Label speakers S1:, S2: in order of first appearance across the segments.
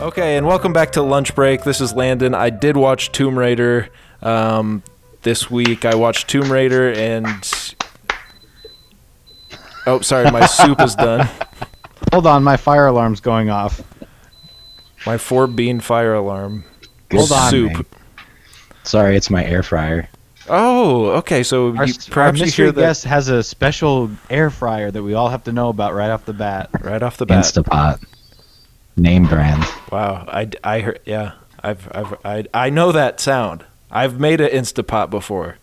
S1: Okay, and welcome back to Lunch Break. This is Landon. I did watch Tomb Raider um, this week. I watched Tomb Raider and. Oh, sorry, my soup is done.
S2: Hold on, my fire alarm's going off.
S1: My four bean fire alarm.
S2: Hold
S1: Good
S2: on,
S1: soup.
S3: man. Sorry, it's my air fryer.
S1: Oh, okay. So
S2: Our,
S1: you,
S2: our
S1: perhaps you
S2: mystery
S1: hear that
S2: guest has a special air fryer that we all have to know about right off the bat.
S1: right off the bat.
S3: Instapot. Name brand.
S1: Wow, I, I heard. Yeah, I've, I've I, I know that sound. I've made an Instapot before.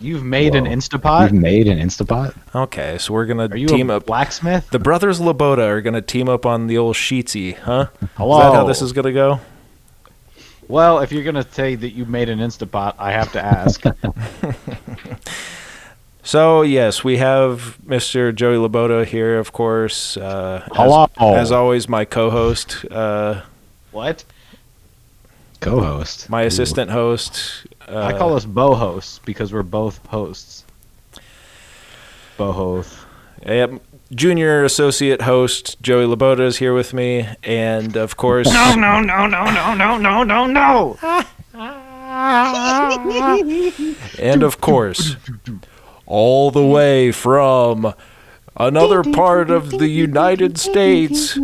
S2: You've made an
S3: Whoa.
S2: Instapot?
S3: You've made an Instapot?
S1: Okay, so we're gonna
S2: Are you
S1: team
S2: a
S1: up.
S2: blacksmith?
S1: The brothers Laboda are gonna team up on the old Sheetsy, huh?
S2: Hello.
S1: Is that how this is gonna go?
S2: Well, if you're gonna say that you made an Instapot, I have to ask.
S1: So yes, we have Mr. Joey Laboda here, of course. Uh, as-
S2: Hello.
S1: as always, my co-host. Uh,
S2: what?
S3: Co host.
S1: my assistant host. Uh,
S2: I call us bo hosts because we're both hosts. Bo host.
S1: yep, junior associate host Joey Laboda is here with me, and of course,
S2: no, no, no, no, no, no, no, no.
S1: and of course, all the way from another part of the United States,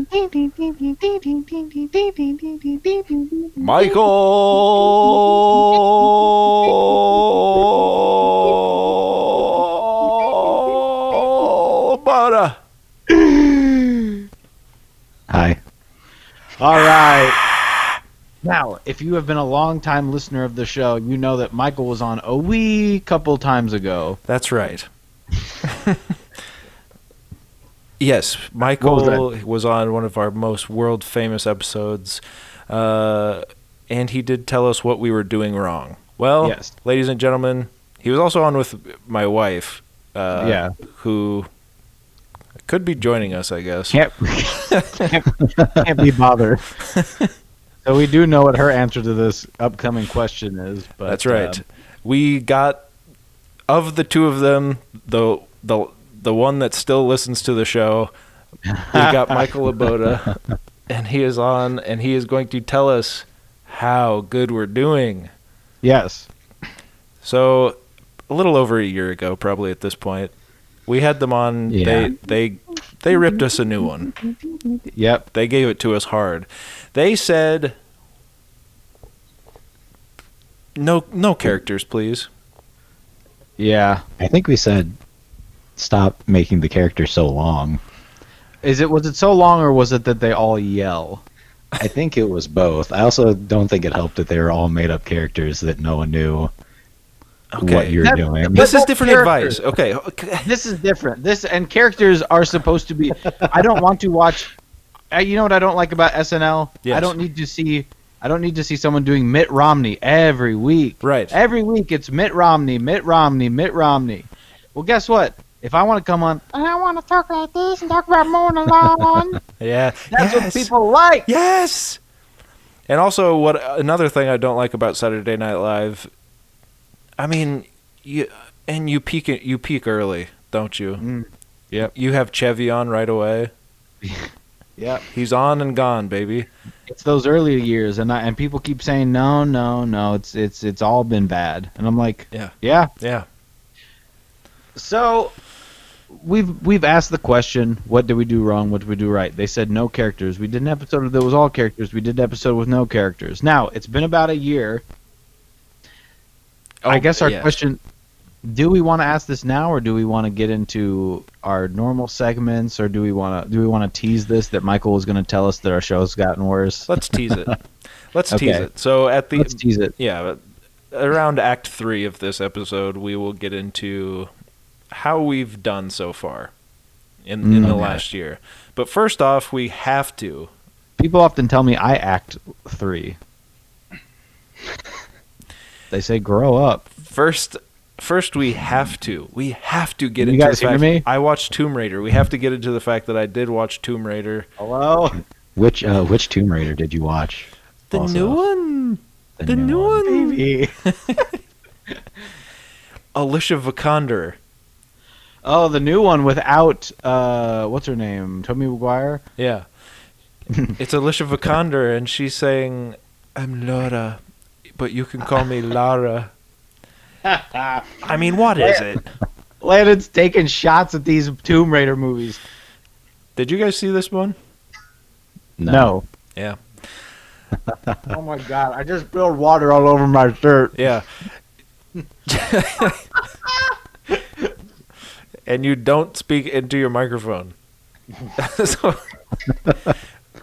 S1: Michael Bada.
S3: Hi.
S2: All right. Now, if you have been a long-time listener of the show, you know that Michael was on a wee couple times ago.
S1: That's right. yes, Michael
S2: What
S1: was, on one of our most world famous episodes, uh, and he did tell us what we were doing wrong. Well,
S2: Yes.
S1: ladies and gentlemen, he was also on with my wife, uh,
S2: Yeah.
S1: who could be joining us, I guess.
S2: Can't can't, can't be bothered. so we do know what her answer to this upcoming question is. But
S1: That's right.
S2: um,
S1: we got of the two of them the the the one that still listens to the show. We got Michael Laboda, and he is on, and he is going to tell us how good we're doing.
S2: yes.
S1: So, a little over a year ago, probably at this point, we had them on.
S3: Yeah.
S1: They they they ripped us a new one.
S2: Yep.
S1: They gave it to us hard. They said, "No no characters, please."
S2: Yeah.
S3: I think we said stop making the character so long.
S2: Is it was it so long or was it that they all yell?
S3: I think it was both. I also don't think it helped that they were all made up characters that no one knew what you're
S2: That-
S3: doing.
S2: but-
S1: This is
S2: Well,
S1: different
S2: characters.
S1: advice. Okay. Oh, okay.
S2: This is different. This and characters are supposed to be. I don't want to watch. I, you know what I don't like about SNL?
S1: Yes.
S2: I don't need to see. I don't need to see someone doing Mitt Romney every week.
S1: Right.
S2: Every week it's Mitt Romney, Mitt Romney, Mitt Romney. Well, guess what? If I want to come on, I want to talk like this and talk about mowing the lawn.
S1: Yeah.
S2: That's
S1: yes.
S2: what people like.
S1: Yes. And also, what another thing I don't like about Saturday Night Live. I mean, you and you peak you peak early, don't you?
S2: Mm.
S1: Yep. You have Chevy on right away.
S2: Yep.
S1: He's on and gone, baby.
S2: It's those earlier years, and I, and people keep saying no, no, no. It's it's it's all been bad, and I'm like,
S1: Yeah.
S2: yeah.
S1: Yeah.
S2: So we've we've asked the question, what did we do wrong? What did we do right? They said no characters. We did an episode that was all characters. We did an episode with no characters. Now it's been about a year. I
S1: Oh,
S2: guess our
S1: yes.
S2: question: Do we want to ask this now, or do we want to get into our normal segments, or do we want to do we want to tease this that Michael was going to tell us that our show's gotten worse?
S1: Let's tease it. Let's tease
S2: Okay.
S1: it. So at the
S2: Let's tease it.
S1: yeah, but around Act Three of this episode, we will get into how we've done so far in in the
S2: Mm.
S1: last year. But first off, we have to.
S2: People often tell me I act three. They say grow up.
S1: First, first we have to. We have to get
S2: You
S1: into
S2: guys
S1: the
S2: hear
S1: fact.
S2: me?
S1: I watched Tomb Raider. We have to get into the fact that I did watch Tomb Raider.
S2: Hello.
S3: Which uh, which Tomb Raider did you watch?
S1: The
S3: Also,
S1: new one, the, new, one.
S2: Baby.
S1: Alicia Vikander.
S2: Oh, the new one without uh, what's her name? Tommy McGuire.
S1: Yeah, it's Alicia Vikander, and she's saying, "I'm Laura, but you can call me Lara." I mean, what is it?
S2: Landon's taking shots at these Tomb Raider movies.
S1: Did you guys see this one?
S2: No.
S1: Yeah,
S2: Oh my god, I just spilled water all over my shirt.
S1: yeah. and you don't speak into your microphone. so,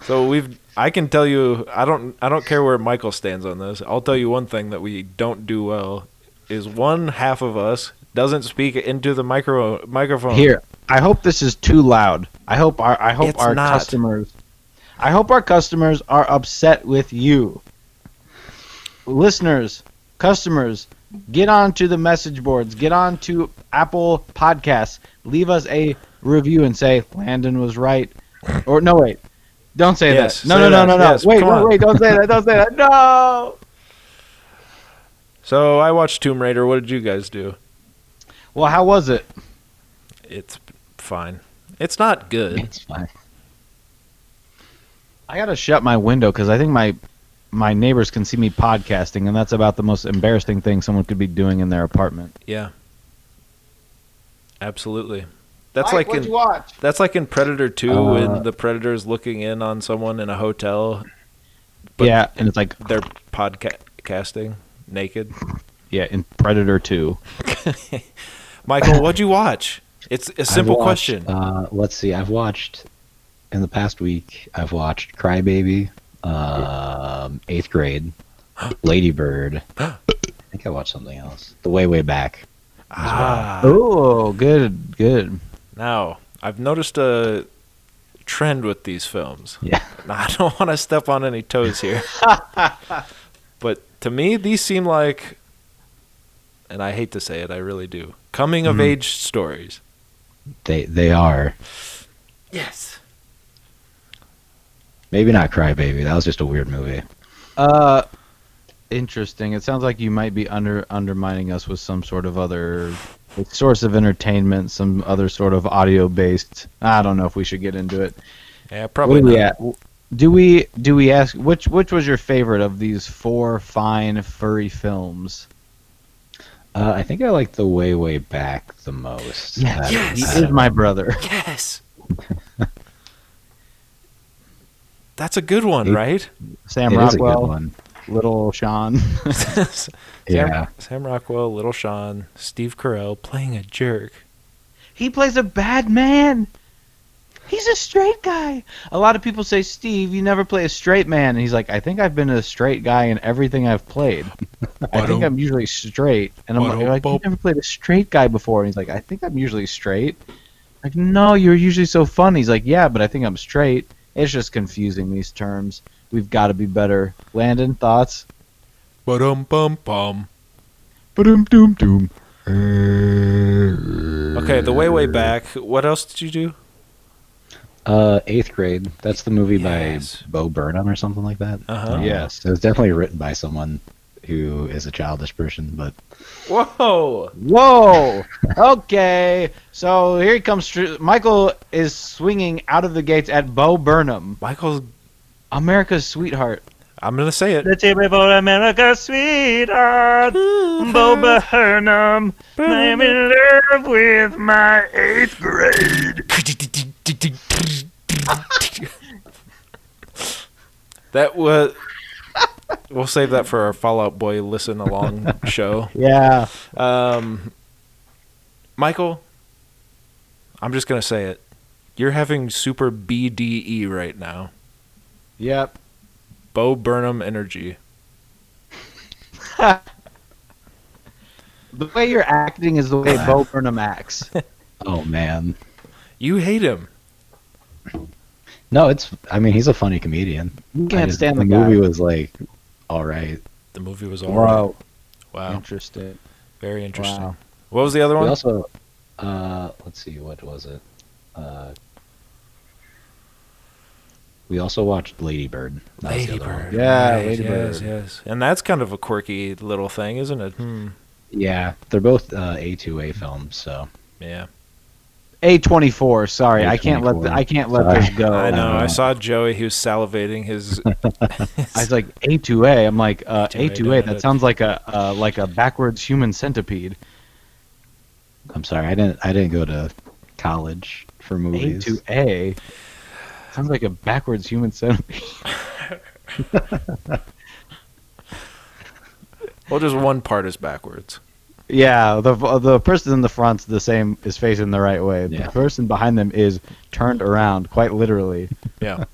S1: so we've. I can tell you, I don't. I don't care where Michael stands on this. I'll tell you one thing that we don't do well is one half of us doesn't speak into the micro microphone.
S2: Here, I hope this is too loud. I hope our I hope
S1: It's
S2: our
S1: not.
S2: customers I hope our customers are upset with you. Listeners, customers, get on to the message boards, get on to Apple Podcasts, leave us a review and say Landon was right. Or no wait. Don't say
S1: Yes,
S2: that. No,
S1: say
S2: no, no,
S1: that.
S2: no, no.
S1: Yes,
S2: wait,
S1: come
S2: no,
S1: on.
S2: wait, don't say that. Don't say that. No.
S1: So I watched Tomb Raider. What did you guys do?
S2: Well, how was it?
S1: It's fine. It's not good.
S3: It's fine.
S2: I gotta shut my window because I think my my neighbors can see me podcasting, and that's about the most embarrassing thing someone could be doing in their apartment.
S1: Yeah. Absolutely. That's like in
S2: watch?
S1: that's like in Predator 2
S3: Uh,
S1: when the predator's looking in on someone in a hotel.
S2: yeah, and it's like
S1: They're podcasting naked.
S2: yeah, in Predator Two.
S1: Michael, what'd you watch? It's a simple
S3: I've watched,
S1: question.
S3: Uh, let's see. I've watched in the past week. I've watched Crybaby, um, Eighth Grade, Ladybird. I think I watched something else. The Way Way Back.
S1: ah.
S2: Oh, good, good.
S1: Now, I've noticed a trend with these films.
S3: Yeah.
S1: Now, I don't want to step on any toes here. but to me, these seem like, and I hate to say it, I really do, coming
S3: Mm-hmm.
S1: of age stories.
S3: They they are
S1: Yes.
S3: maybe not Crybaby. That was just a weird movie.
S2: Uh, interesting. It sounds like you might be under undermining us with some sort of other source of entertainment, some other sort of audio based. I don't know if we should get into it.
S1: Yeah, probably
S2: What
S1: not.
S2: do we at? Do we do we ask which which was your favorite of these four fine furry films?
S3: Uh, I think I like The Way Way Back the most.
S2: Yes.
S3: That uh,
S1: Yes.
S2: He
S3: I
S2: is
S3: don't-
S2: my brother.
S1: Yes. That's a good one,
S3: It-
S1: right?
S2: Sam
S3: it is a good
S2: Rockwell,
S3: one.
S2: Little Sean.
S1: Sam,
S3: Yeah.
S1: Sam Rockwell, Little Sean, Steve Carell playing a jerk.
S2: He plays a bad man. He's a straight guy. A lot of people say, Steve, you never play a straight man. And he's like, I think I've been a straight guy in everything I've played. I think I'm usually straight. And I'm like, like you never played a straight guy before. And he's like, I think I'm usually straight. Like, no, you're usually so funny. He's like, yeah, but I think I'm straight. It's just confusing these terms. We've got to be better. Landon, thoughts?
S1: Ba-dum bum bum.
S2: Doom, doom, doom.
S1: Okay, the way way back. What else did you do?
S3: Uh, eighth grade. That's the movie
S1: Yes.
S3: by Bo Burnham or something like that.
S1: Uh-huh.
S3: Um,
S2: Yes.
S3: so it's definitely written by someone who is a childish person, but
S1: Whoa!
S2: Whoa! okay, so here he comes. Tr- Michael is swinging out of the gates at Bo Burnham,
S1: Michael's.
S2: America's sweetheart.
S1: I'm gonna say it.
S4: The table for America, sweetheart. Boba Burnham. I'm in love with my eighth grade.
S1: That was. We'll save that for our Fallout Boy listen along show.
S2: Yeah.
S1: Um, Michael, I'm just gonna say it. You're having super BDE right now.
S2: Yep.
S1: Bo Burnham energy.
S2: The way you're acting is the way Bo Burnham acts.
S3: oh man,
S1: You hate him.
S3: no, it's. I mean, he's a funny comedian.
S2: You
S3: I
S2: can't
S3: just-
S2: stand the,
S3: the
S2: guy.
S3: movie was like, all right.
S1: The movie was all right.
S2: Bro,
S1: Wow,
S2: interested.
S1: very interesting.
S2: Wow.
S1: What was the other
S3: We
S1: one?
S3: also, uh, let's see, what was it? Uh, we also watched Lady Bird. That was the other one.
S1: Ladybird.
S2: Yeah,
S1: right,
S2: Ladybird.
S1: Yes, yes. And that's kind of a quirky little thing, isn't it? Hmm.
S3: Yeah, they're both uh, A2A films, so
S1: Yeah.
S2: A24. Sorry, I can't let the,
S3: A24.
S2: I can't let
S3: Sorry.
S2: this go.
S1: I know. I
S3: Uh,
S1: saw Joey. He was salivating his.
S2: I was like A2A. I'm like uh,
S1: A2A,
S2: A2A.
S1: don't-
S2: That sounds like a uh, like a backwards human centipede.
S3: I'm sorry, I didn't. I didn't go to college for movies.
S2: A2A sounds like a backwards human centipede.
S1: well, just one part is backwards.
S2: Yeah, the the person in the front's the same is facing the right way.
S3: Yeah.
S2: The person behind them is turned around, quite literally.
S1: Yeah.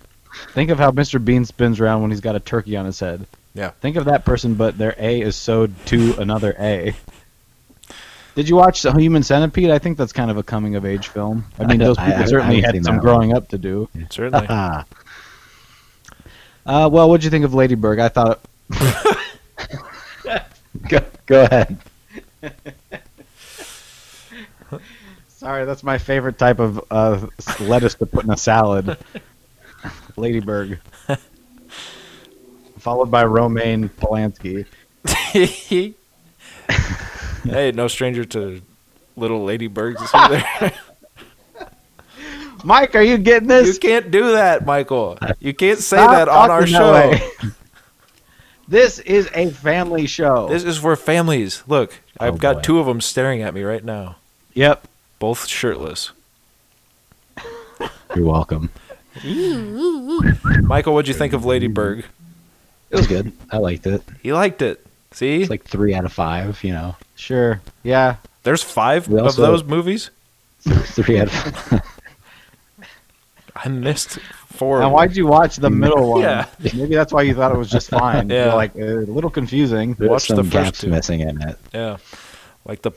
S2: Think of how Mr. Bean spins around when he's got a turkey on his head.
S1: Yeah.
S2: Think of that person, but their A is sewed to another A. Did you watch The Human Centipede? I think that's kind of a coming of age film. I
S3: I
S2: mean,
S3: don't-
S2: those
S3: I-
S2: people
S3: I- I
S2: certainly
S3: haven't
S2: had
S3: seen
S2: some
S3: that
S2: growing up to do.
S1: Certainly.
S3: Ah,
S2: Uh, well, what'd you think of Ladybird? I thought
S3: go, go ahead.
S2: Sorry, that's my favorite type of uh, lettuce to put in a salad. Ladyburg. Followed by romaine Polanski.
S1: hey, no stranger to little ladybirds either.
S2: Mike, are you getting
S1: you
S2: this?
S1: can't do that, Michael. You can't say
S2: Stop
S1: that on our
S2: talking
S1: show.
S2: that way. this is a family show.
S1: This is for families. Look, I've
S3: Oh,
S1: got
S3: boy.
S1: two of them staring at me right now,
S2: yep.
S1: both shirtless.
S3: You're welcome.
S1: Michael, what'd you think of Ladybird?
S3: It was good. I liked it.
S1: He liked it. See,
S3: It's like three out of five. You know,
S2: Sure. Yeah.
S1: there's five
S3: We
S1: of
S3: also-
S1: those movies.
S3: three out of
S1: I missed four.
S2: Now,
S1: of
S2: why'd you watch the middle one?
S1: Yeah.
S2: Maybe that's why you thought it was just fine.
S1: Yeah.
S2: You're like, uh, a little confusing.
S3: there's
S1: Watch the
S3: some
S1: first
S3: gaps
S1: two.
S3: missing in it.
S1: them. yeah, like the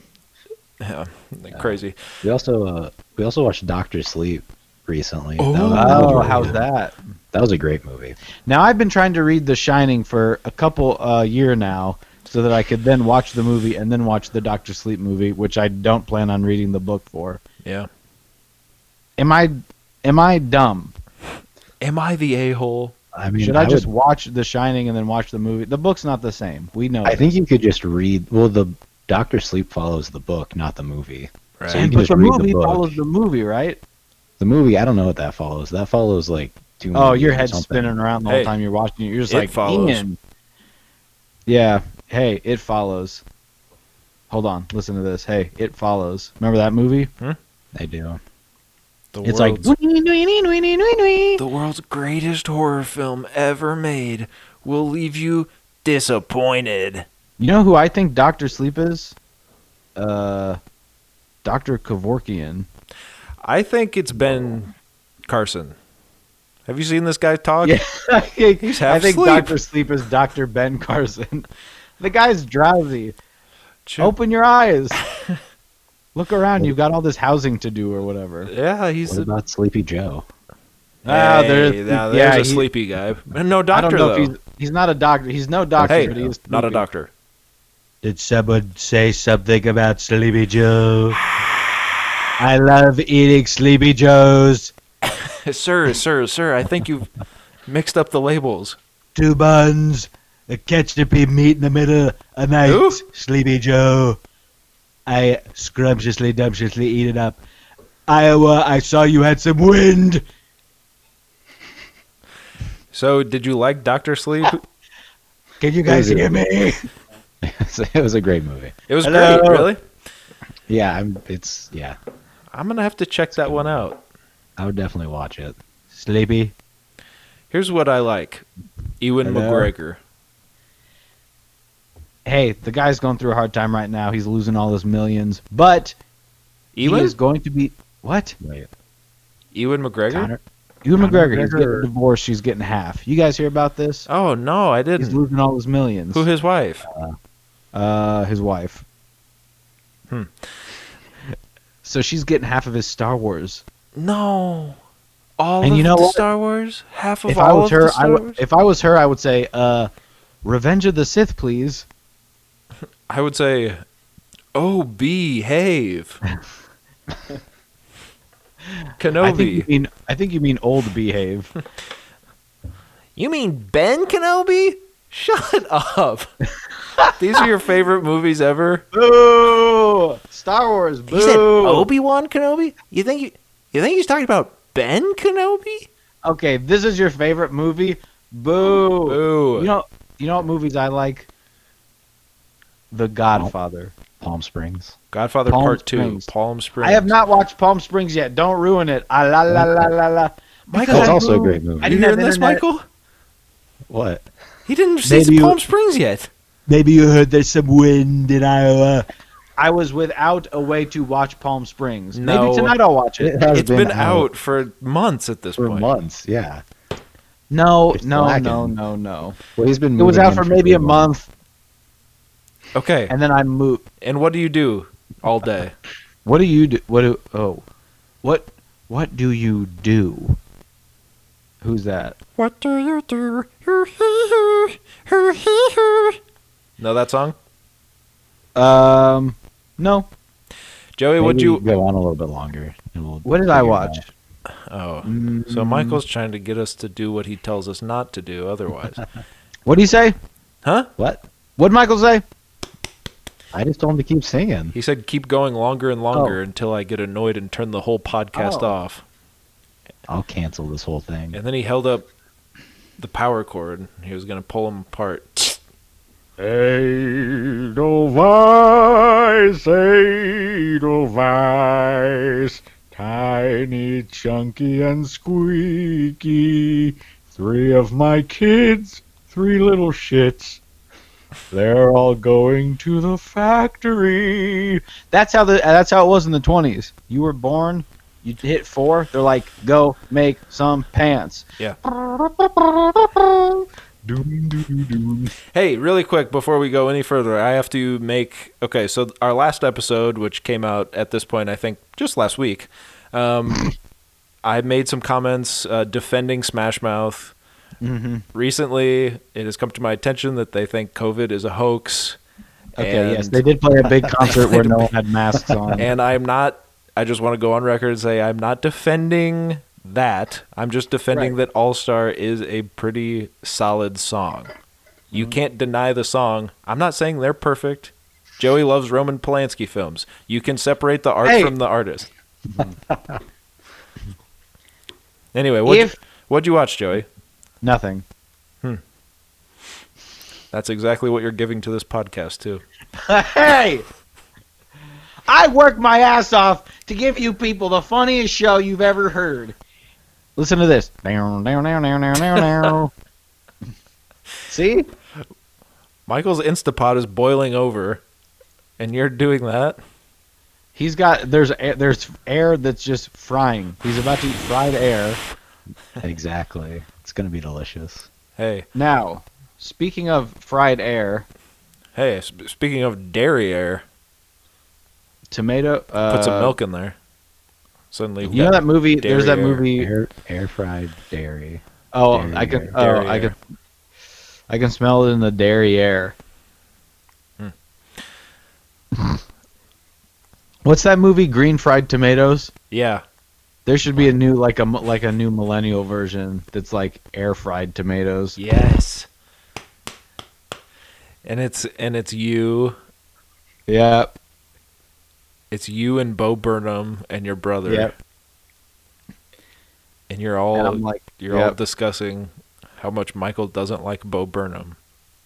S1: yeah, like crazy.
S3: We also uh, we also watched Doctor Sleep recently.
S1: Oh.
S2: Oh,
S3: really
S2: how's
S3: good.
S2: that?
S3: That was a great movie.
S2: Now I've been trying to read The Shining for a couple uh, year now, so that I could then watch the movie and then watch the Doctor Sleep movie, which I don't plan on reading the book for.
S1: Yeah.
S2: Am I am I dumb?
S1: Am I the a hole?
S3: I mean,
S2: Should I, just
S3: would-
S2: watch The Shining and then watch the movie? The book's not the same. We know.
S3: I
S2: that.
S3: think you could just read. Well, the Doctor Sleep follows the book, not the movie.
S1: Right.
S3: So you
S2: And-
S3: can
S2: but
S3: just
S2: the
S3: read the
S2: movie
S3: book.
S2: follows the movie, right?
S3: The movie, I don't know what that follows. That follows like two.
S2: Oh,
S3: movies
S2: your
S3: or
S2: head's
S3: something.
S2: spinning around the
S1: Hey,
S2: whole time you're watching it. You're just
S1: it
S2: like,
S1: follows.
S2: Ian. Yeah. Hey, it follows. Hold on. Listen to this. Hey, it follows. Remember that movie?
S3: I do.
S1: Hmm? The
S3: It's like
S1: world's- The world's greatest horror film ever made will leave you disappointed.
S2: You know who I think Doctor Sleep is? Uh, Doctor Kevorkian.
S1: I think it's Ben Carson. Have you seen this guy talk?
S2: Yeah. I think
S1: half asleep.
S2: Doctor Sleep is Doctor Ben Carson. The guy's drowsy.
S1: Chip-
S2: Open your eyes. Look around. You've got all this housing to do or whatever.
S1: Yeah, he's
S3: What
S1: a,
S3: about Sleepy Joe?
S2: Ah,
S1: Hey,
S2: there's-
S1: now there's
S2: yeah,
S1: a
S2: he-
S1: sleepy guy. No
S2: I don't
S1: doctor
S2: know
S1: though.
S2: if he's he's not a doctor. He's no doctor,
S1: hey,
S2: but he is
S1: not a
S2: sleepy.
S1: doctor.
S2: Did someone say something about Sleepy Joe? I love eating Sleepy Joes.
S1: sir, sir, sir, I think you've mixed up the labels.
S2: Two buns, a ketchup meat in the middle, a night.
S1: Who?
S2: Sleepy Joe. I scrumptiously, dumptiously eat it up. Iowa, I saw you had some wind.
S1: So, did you like Doctor Sleep?
S2: Can you
S3: guys hear
S2: me?
S3: it was a great movie.
S1: It was
S2: Hello.
S1: great, really.
S3: Yeah, I'm. It's yeah.
S1: I'm gonna have to check that one out.
S3: I would definitely watch it.
S2: Sleepy.
S1: Here's what I like: Ewan
S2: Hello.
S1: McGregor.
S2: Hey, the guy's going through a hard time right now. He's losing all his millions, but he
S1: Ewan,
S2: is going to be what?
S3: Wait,
S1: Ewan McGregor.
S3: Connor,
S2: Ewan
S3: Conor
S2: McGregor. He's
S3: McGregor.
S2: getting divorced. She's getting half. You guys hear about this?
S1: Oh no, I
S2: He's
S1: didn't.
S2: losing all his millions.
S1: Who his wife?
S2: Uh, his wife.
S1: Hmm.
S2: So she's getting half of his Star Wars.
S1: No. All
S2: And
S1: of
S2: you know
S1: the
S2: what?
S1: Star Wars? Half of
S2: if I
S1: all
S2: was
S1: of
S2: her,
S1: the
S2: I
S1: Star
S2: w-
S1: Wars?
S2: if I was her, I would say, uh, "Revenge of the Sith, please."
S1: I would say Oh behave.
S2: I think you
S1: Kenobi.
S2: mean I think you mean old behave.
S1: You mean Ben Kenobi? Shut up. These are your favorite movies ever.
S2: Boo! Star Wars. Boo!
S1: He said Obi Wan Kenobi. You think you, you think he's talking about Ben Kenobi?
S2: okay, this is your favorite movie. Boo!
S1: Ooh.
S2: You know, you know what movies I like? The Godfather.
S3: Palm Springs.
S1: Godfather
S2: Palm
S1: Part
S2: Springs.
S1: Two. Palm Springs.
S2: I have not watched Palm Springs yet. Don't ruin it. Ah, la la la la la.
S1: Michael,
S3: That's
S2: I
S3: also a
S2: moved-
S3: great movie.
S2: I
S1: are you
S2: didn't have
S1: hearing this,
S2: internet.
S1: Michael?
S3: What?
S1: He didn't see
S2: Maybe you-
S1: Palm Springs yet.
S2: Maybe you heard there's some wind in Iowa. I was without a way to watch Palm Springs.
S1: No.
S2: Maybe tonight I'll watch it.
S3: has
S1: It's been, out for months at this
S3: for
S1: point.
S3: months. Yeah.
S2: No,
S3: It's
S2: no,
S3: lacking.
S2: no, no, no.
S3: Well, he's been.
S2: It was
S3: moving
S2: out
S3: in
S2: for maybe a
S3: too long.
S2: month,
S1: Okay,
S2: and then I moved.
S1: and what do you do all day?
S2: What do you do? What do? Oh, what? What do you do? Who's that?
S1: What do you do? Know that song,
S2: Um, no.
S1: Joey?
S3: Maybe
S1: Would you?
S3: go on a little bit longer? and we'll
S2: What did
S3: figure
S2: I
S3: it
S2: watch?
S3: out.
S1: Oh, so
S2: Mm,
S1: Michael's trying to get us to do what he tells us not to do. Otherwise,
S2: What do you say?
S1: huh?
S3: What?
S2: What Michael say?
S3: I just told him to keep singing.
S1: He said, "Keep going longer and longer until I get annoyed and turn the whole podcast
S2: Oh.
S1: off."
S3: I'll cancel this whole thing.
S1: And then he held up the power cord. and He was going to pull him apart.
S4: Edelweiss, Edelweiss, tiny, chunky, and squeaky. Three of my kids, three little shits. They're all going to the factory.
S2: That's how the. That's how it was in the twenties. You were born. You hit four. They're like, go make some pants.
S4: Doom, doom, doom.
S1: Hey, really quick before we go any further, I have to make okay. So th- our last episode, which came out at this point, I think just last week, um, I made some comments uh, defending Smash Mouth.
S2: Mm-hmm.
S1: Recently, it has come to my attention that they think COVID is a hoax.
S2: Okay. yes,
S1: and-
S2: they did play a big concert where
S1: played a
S2: no one had masks on.
S1: and I'm not. I just want to go on record and say I'm not defending that. I'm just defending that All Star is a pretty solid song. You
S2: Mm-hmm.
S1: can't deny the song. I'm not saying they're perfect. Joey loves Roman Polanski films. You can separate the art
S2: Hey. Mm-hmm.
S1: from the artist. anyway, what
S2: If-
S1: what'd you watch, Joey?
S2: Nothing.
S1: That's exactly what you're giving to this podcast too.
S2: Hey! I work my ass off to give you people the funniest show you've ever heard. Listen to this. Down, down, down, down, down, down, down. See?
S1: Michael's Instapot is boiling over, and you're doing that.
S2: He's got there's air, there's air that's just frying. He's about to eat fried air.
S3: exactly. It's gonna be delicious.
S1: Hey,
S2: Now, speaking of fried air,
S1: hey. Sp- speaking of dairy air.
S2: tomato uh,
S1: Put some milk in there. Suddenly, we
S2: You know
S1: got-
S2: that movie? There's that
S1: Dairy air.
S2: movie.
S3: Air air fried dairy.
S2: Oh,
S3: Dairy
S2: I can.
S3: air.
S2: Oh,
S1: Dairy air.
S2: I can. I can smell it in the dairy air.
S1: Hmm.
S2: What's that movie? Green fried tomatoes.
S1: yeah,
S2: There should be a new like a mi- like a new millennial version that's like air fried tomatoes.
S1: yes. And it's and it's you,
S2: Yeah.
S1: it's you and Bo Burnham and your brother.
S2: Yep.
S1: And you're
S2: And
S1: all
S2: I'm like,
S1: you're all
S2: yep.
S1: discussing how much Michael doesn't like Bo Burnham.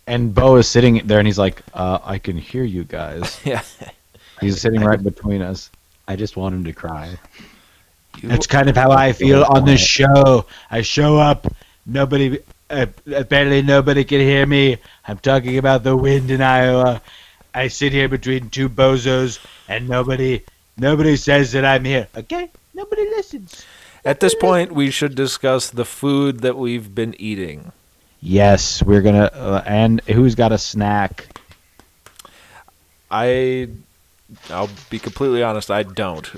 S2: and Bo is sitting there and he's like, uh, I can hear you guys.
S1: Yeah.
S2: He's sitting right between us.
S3: I just want him to cry.
S2: That's kind of how I feel on this show. I show up, nobody, uh, apparently nobody can hear me. I'm talking about the wind in Iowa. I sit here between two bozos, and nobody, nobody says that I'm here. Okay, nobody listens.
S1: At this point, we should discuss the food that we've been eating.
S2: Yes, we're gonna. Uh, and who's got a snack?
S1: I, I'll be completely honest. I don't.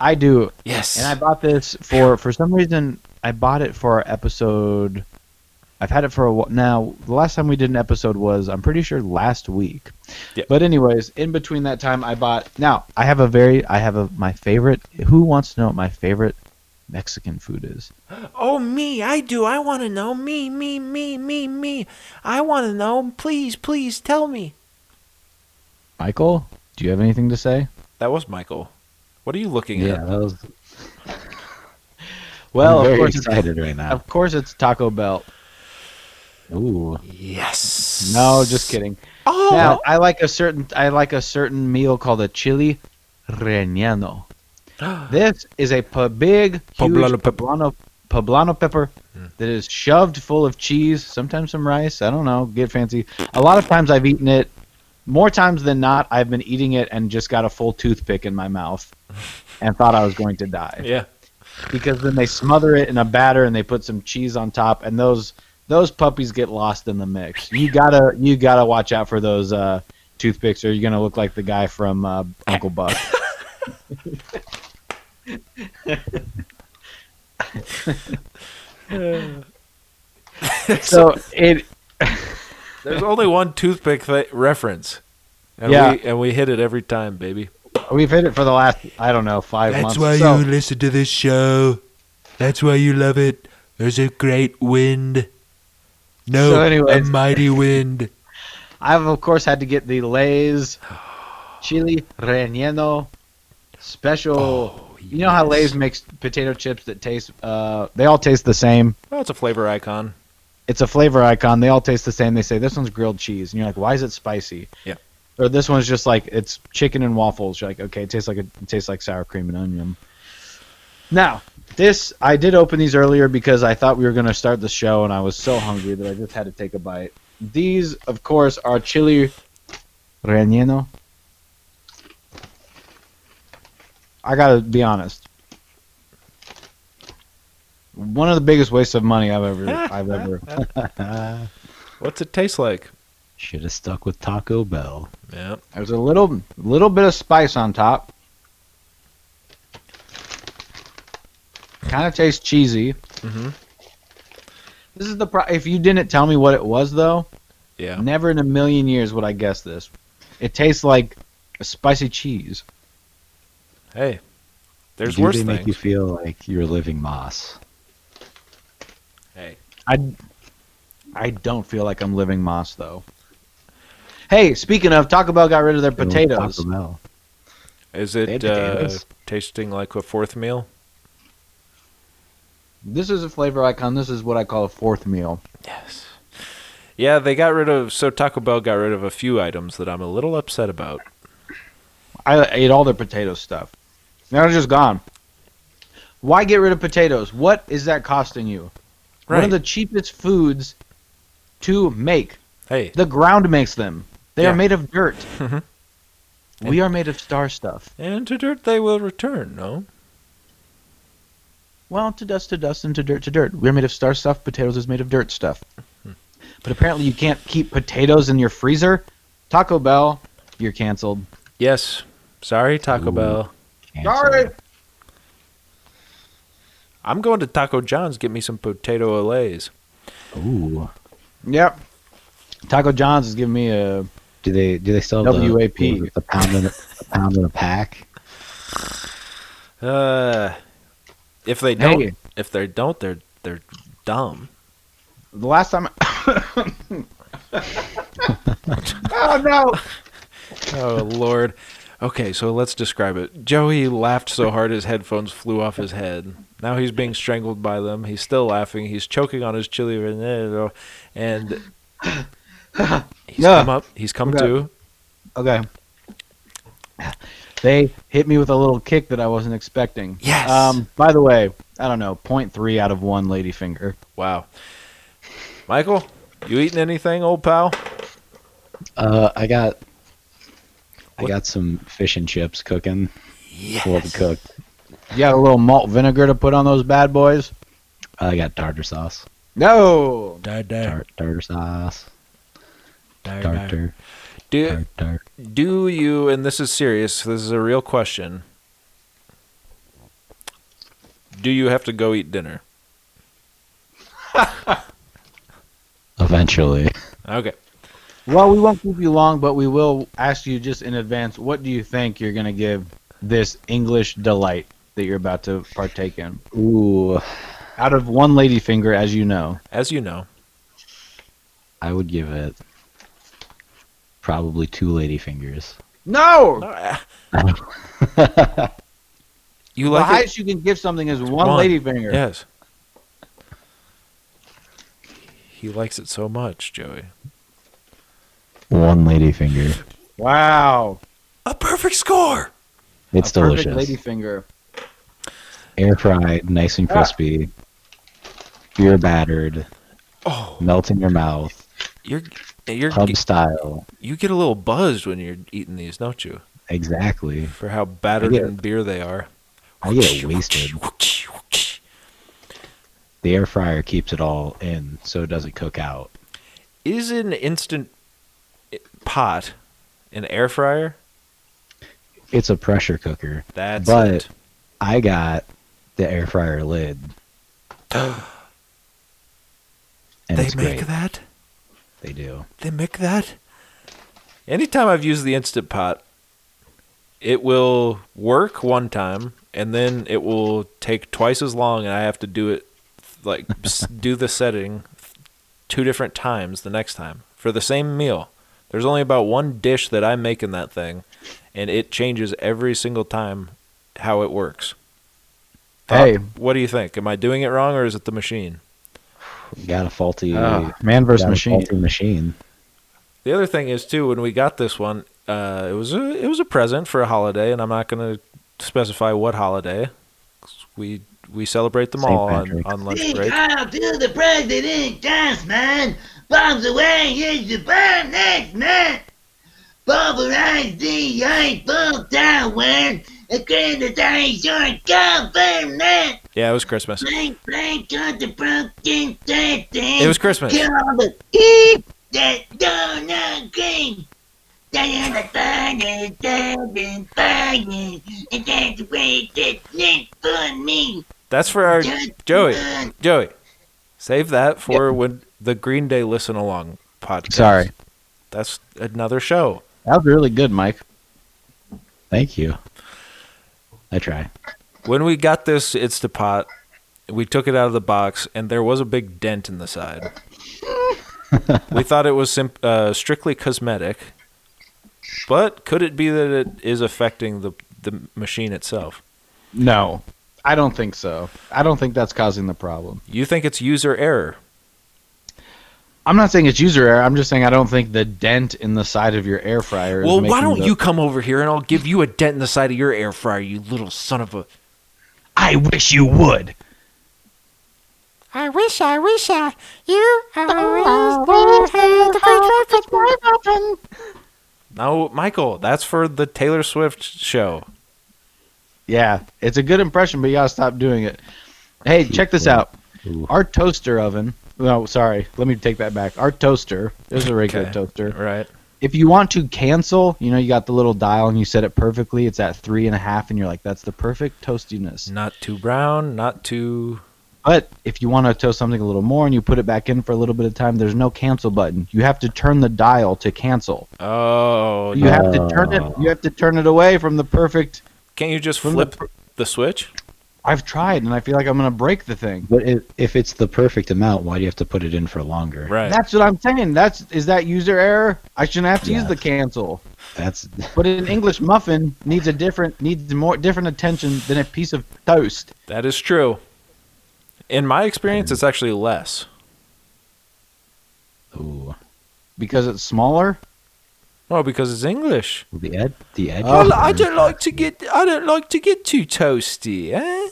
S2: I do,
S1: Yes.
S2: and I bought this for for some reason. I bought it for our episode. I've had it for a while now. The last time we did an episode was I'm pretty sure last week.
S1: Yeah.
S2: But anyways, in between that time, I bought. Now I have a very I have a my favorite. Who wants to know what my favorite Mexican food is.
S1: Oh, me, I do. I want to know. Me, me, me, me, me. I want to know. Please, please tell me.
S2: Michael, do you have anything to say?
S1: That was Michael. What are you looking
S3: Yeah,
S1: at?
S3: that was
S2: Well,
S3: I'm
S2: of
S3: very
S2: course, it's,
S3: excited right now.
S2: of course it's Taco Bell.
S3: Ooh,
S1: Yes.
S2: No, just kidding.
S1: Oh,
S2: Now, I like a certain I like a certain meal called a chili relleno. This is a pa- big huge
S1: Poblano
S2: poblano,
S1: pepper.
S2: poblano, pepper that is shoved full of cheese, sometimes some rice. I don't know. Get fancy. A lot of times I've eaten it. More times than not, I've been eating it and just got a full toothpick in my mouth and thought I was going to die
S1: yeah.
S2: because then they smother it in a batter and they put some cheese on top and those those puppies get lost in the mix. You gotta you gotta watch out for those uh, toothpicks or you're gonna look like the guy from uh, Uncle Buck. so it
S1: There's only one toothpick th- reference. And
S2: Yeah.
S1: We, and we hit it every time, baby.
S2: we've hit it for the last I don't know five
S5: That's
S2: months.
S5: why
S2: So-
S5: you listen to this show. That's why you love it. There's a great wind. No,
S2: So anyways-
S5: a mighty wind.
S2: I've of course had to get the Lay's chili relleno special.
S5: Oh.
S2: You know how Lay's makes potato chips that taste uh they all taste the same.
S1: Oh, it's a flavor icon.
S2: It's a flavor icon. They all taste the same. They say this one's grilled cheese and you're like, "Why is it spicy?"
S1: Yeah.
S2: Or this one's just like it's chicken and waffles. You're like, "Okay, it tastes like a, it tastes like sour cream and onion." Now, this I did open these earlier because I thought we were going to start the show and I was so hungry that I just had to take a bite. These, of course, are chili relleno. I gotta be honest. One of the biggest wastes of money I've ever I've ever
S1: What's it taste like?
S3: should have stuck with Taco Bell.
S1: Yeah.
S2: There's a little little bit of spice on top. Kind of tastes cheesy.
S1: Mhm.
S2: This is the pro- if you didn't tell me what it was though,
S1: Yeah.
S2: never in a million years would I guess this. It tastes like a spicy cheese.
S1: Hey, there's
S3: Mm-hmm. Do
S1: worse
S3: they
S1: things.
S3: make you feel like you're living moss?
S1: Hey.
S2: I I don't feel like I'm living moss though. Hey, speaking of, Taco Bell got rid of their
S3: Feel like
S2: potatoes.
S3: Taco Bell.
S1: Is
S3: They
S1: it
S3: had
S1: uh,
S3: potatoes.
S1: tasting like a fourth meal?
S2: This is a flavor icon. This is what I call a fourth meal.
S1: Yes. Yeah, they got rid of. So Taco Bell got rid of a few items that I'm a little upset about.
S2: I ate all their potato stuff. Now it's just gone. Why get rid of potatoes? What is that costing you? One
S1: Right.
S2: of the cheapest foods to make.
S1: Hey,
S2: The ground makes them. They
S1: Yeah. Mm-hmm.
S2: are made of dirt. we are made of star stuff.
S1: and to dirt they will return. No.
S2: Well, to dust to dust and to dirt to dirt. We're made of star stuff. Potatoes is made of dirt stuff.
S1: Hmm.
S2: But apparently you can't keep potatoes in your freezer. Taco Bell, you're canceled.
S1: Yes. Sorry, Taco
S3: Ooh.
S1: Bell.
S3: Canceled.
S1: I'm going to Taco John's. Get me some potato olays.
S3: Ooh.
S2: Yep. Taco John's is giving me a
S3: Do they do they sell
S2: WAP.
S3: the, what is it, the pound in a, a pound in a pack?
S1: Uh, if they don't,
S2: Hey.
S1: if they don't, they're they're dumb.
S2: The last time. oh no!
S1: Oh Lord. Okay, so let's describe it. Joey laughed so hard his headphones flew off his head. Now he's being strangled by them. He's still laughing. He's choking on his chili relleno, and he's
S2: Yeah.
S1: come up. He's come
S2: Okay.
S1: to.
S2: Okay. They hit me with a little kick that I wasn't expecting.
S1: Yes.
S2: Um. By the way, I don't know. Point three out of one lady finger.
S1: Wow. Michael, you eating anything, old pal?
S3: Uh, I got I
S1: What-
S3: got some fish and chips cooking. Well cooked.
S2: You got a little malt vinegar to put on those bad boys.
S3: I got tartar sauce.
S2: No.
S5: Dar,
S3: Tar-
S5: dar,
S3: tartar sauce.
S5: dar, dar.
S3: Tartar.
S1: Do
S3: Tartar.
S1: do you? And this is serious. This is a real question. Do you have to go eat dinner?
S3: Eventually.
S1: Okay.
S2: Well, we won't keep you long, but we will ask you just in advance. What do you think you're gonna give this English delight? that you're about to partake in.
S3: Ooh,
S2: Out of one lady finger, as you know.
S1: As you know,
S3: I would give it probably two lady fingers.
S2: No!
S1: you
S2: The
S1: like it.
S2: highest you can give something is one,
S1: One.
S2: lady finger.
S1: Yes. He likes it so much, Joey.
S3: One lady finger.
S2: Wow.
S1: A perfect score.
S3: It's
S2: A perfect
S3: delicious.
S2: lady finger.
S3: Air fried, nice and
S2: Ah.
S3: crispy. Beer battered,
S1: Oh,
S3: melt in your mouth,
S1: you're you're
S3: pub style.
S1: you get a little buzzed when you're eating these, don't you?
S3: Exactly.
S1: For how battered
S3: Yeah.
S1: in beer they are.
S3: I get wasted. The air fryer keeps it all in, so it doesn't cook out.
S1: Is an instant pot an air fryer?
S3: It's a pressure cooker.
S1: That's
S3: But-
S1: it.
S3: I got the air fryer lid, and
S1: they
S3: it's
S1: make
S3: great.
S1: that.
S3: They do.
S1: They make that. Anytime I've used the instant pot, it will work one time, and then it will take twice as long, and I have to do it like s- do the setting two different times the next time for the same meal. There's only about one dish that I make in that thing, and it changes every single time how it works.
S2: Hey.
S1: Thought- what do you think? Am I doing it wrong, or is it the machine?
S3: Got a faulty
S2: Ah, man
S3: got
S2: versus
S3: a
S2: machine.
S3: faulty machine.
S1: The other thing is too when we got this one, uh, it was a it was a present for a holiday, and I'm not going to specify what holiday. 'cause We we celebrate them
S3: Saint
S1: all on,
S3: Patrick's.
S1: on lunch
S6: Hey,
S1: break.
S6: Kyle, do the president dance, man. Bombs away, here's your burn next, man. Pulverize the ice, pull down, man. And create the dice, your government.
S1: Yeah, it was Christmas.
S6: Blank, blank, on the pumpkin dancing.
S1: It was Christmas.
S6: Kill all the eep that Donald Green. They are the finding, finding, finding. And that's the way that Nick for me.
S1: That's for our
S6: Just
S1: Joey.
S6: run.
S1: Joey. Save that for when the Green Day listen along podcast.
S2: Sorry.
S1: that's another show.
S2: That was really good, Mike.
S3: Thank you. I try.
S1: When we got this Instapot, we took it out of the box, and there was a big dent in the side. we thought it was simp- uh, strictly cosmetic, but could it be that it is affecting the the machine itself?
S2: No. I don't think so. I don't think that's causing the problem.
S1: You think it's user error?
S2: I'm not saying it's user error. I'm just saying I don't think the dent in the side of your air fryer. is
S1: Well, why
S2: making
S1: don't
S2: the-
S1: you come over here and I'll give you a dent in the side of your air fryer, you little son of a.
S2: I wish you would.
S7: I wish, I wish, I you always knew how to perfect my weapon.
S1: No, Michael, that's for the Taylor Swift show.
S2: Yeah, it's a good impression, but you gotta stop doing it. Hey, check this out.
S3: Ooh.
S2: Our toaster oven. No, sorry. Let me take that back. Our toaster is a regular
S1: Okay.
S2: toaster.
S1: Right.
S2: If you want to cancel, you know you got the little dial and you set it perfectly. It's at three and a half, and you're like, that's the perfect toastiness.
S1: Not too brown, not too.
S2: But if you want to toast something a little more and you put it back in for a little bit of time, there's no cancel button. You have to turn the dial to cancel.
S1: Oh,
S2: You have to turn it. You have to turn it away from the perfect.
S1: can't you just
S2: From the
S1: flip the switch?
S2: I've tried, and I feel like I'm gonna break the thing.
S3: But if, if it's the perfect amount, why do you have to put it in for longer?
S1: Right.
S2: That's what I'm saying. That's is that user error? I shouldn't have to use
S3: Yeah.
S2: the cancel.
S3: That's
S2: But an English muffin needs a different needs more different attention than a piece of toast.
S1: That is true. In my experience, it's actually less.
S3: ooh,
S2: Because it's smaller?
S1: Well, Oh, because it's English.
S3: the ed the edge.
S2: Oh.
S1: Well, Oh, I don't like to get I don't like to get too toasty, eh?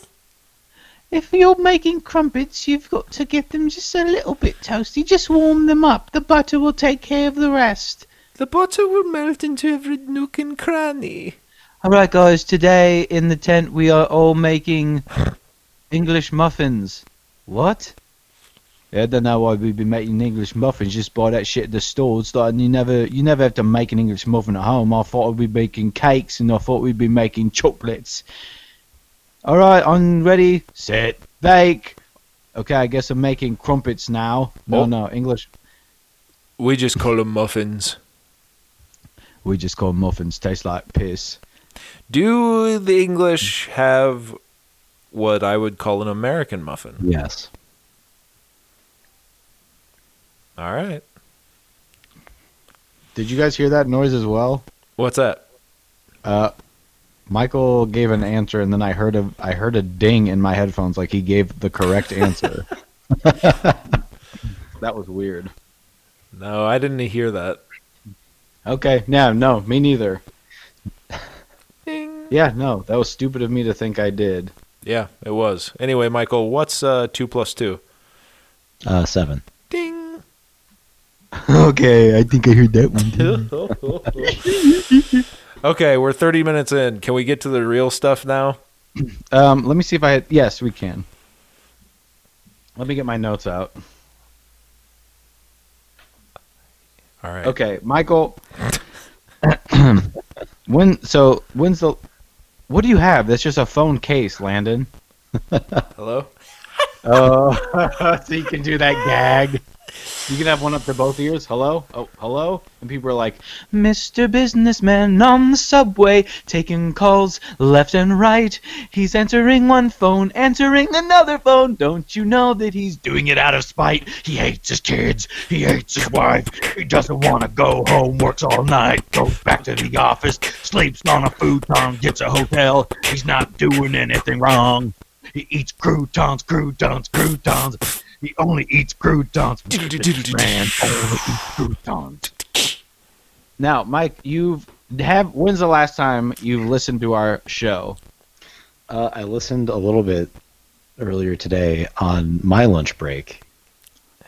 S8: If you're making crumpets, you've got to get them just a little bit toasty. Just warm them up. The butter will take care of the rest.
S1: The butter will melt into every nook and cranny.
S8: Alright, guys, today in the tent we are all making
S2: English muffins. What? Yeah, I don't know why we'd be making English muffins. Just buy that shit at the store. It's like you never you never have to make an English muffin at home. I thought we'd be making cakes and I thought we'd be making chocolates. Alright, I'm ready. Set. Bake. Okay, I guess I'm making crumpets now. No,
S1: Oh.
S2: no, English.
S1: We just call them muffins.
S2: We just call muffins. Taste like piss.
S1: Do the English have what I would call an American muffin.
S3: Yes.
S1: All right.
S2: Did you guys hear that noise as well?
S1: What's that?
S2: Uh, Michael gave an answer, and then I heard a I heard a ding in my headphones, like he gave the correct answer. that was weird.
S1: No, I didn't hear that.
S2: Okay, yeah, no, me neither. Yeah, no, that was stupid of me to think I did.
S1: Yeah, it was. Anyway, Michael, what's uh, 2 plus 2?
S3: Uh, seven.
S1: Ding!
S2: okay, I think I heard that one.
S1: okay, we're 30 minutes in. Can we get to the real stuff now?
S2: Um, let me see if I had. Yes, we can. Let me get my notes out.
S1: All right.
S2: Okay, Michael. when so when's the what do you have? That's just a phone case, Landon.
S1: Hello?
S2: Oh, so you can do that gag. You can have one up to both ears. Hello? Oh, hello? And people are like,
S8: Mr. Businessman on the subway, taking calls left and right. He's answering one phone, answering another phone. Don't you know that he's doing it out of spite? He hates his kids. He hates his wife. He doesn't want to go home, works all night, goes back to the office, sleeps on a futon, gets a hotel. He's not doing anything wrong. He eats croutons, croutons, croutons. He only eats croutons. Man only eats croutons.
S2: "Now, Mike, you've have when's the last time you've listened to our show?"
S3: Uh, I listened a little bit earlier today on my lunch break.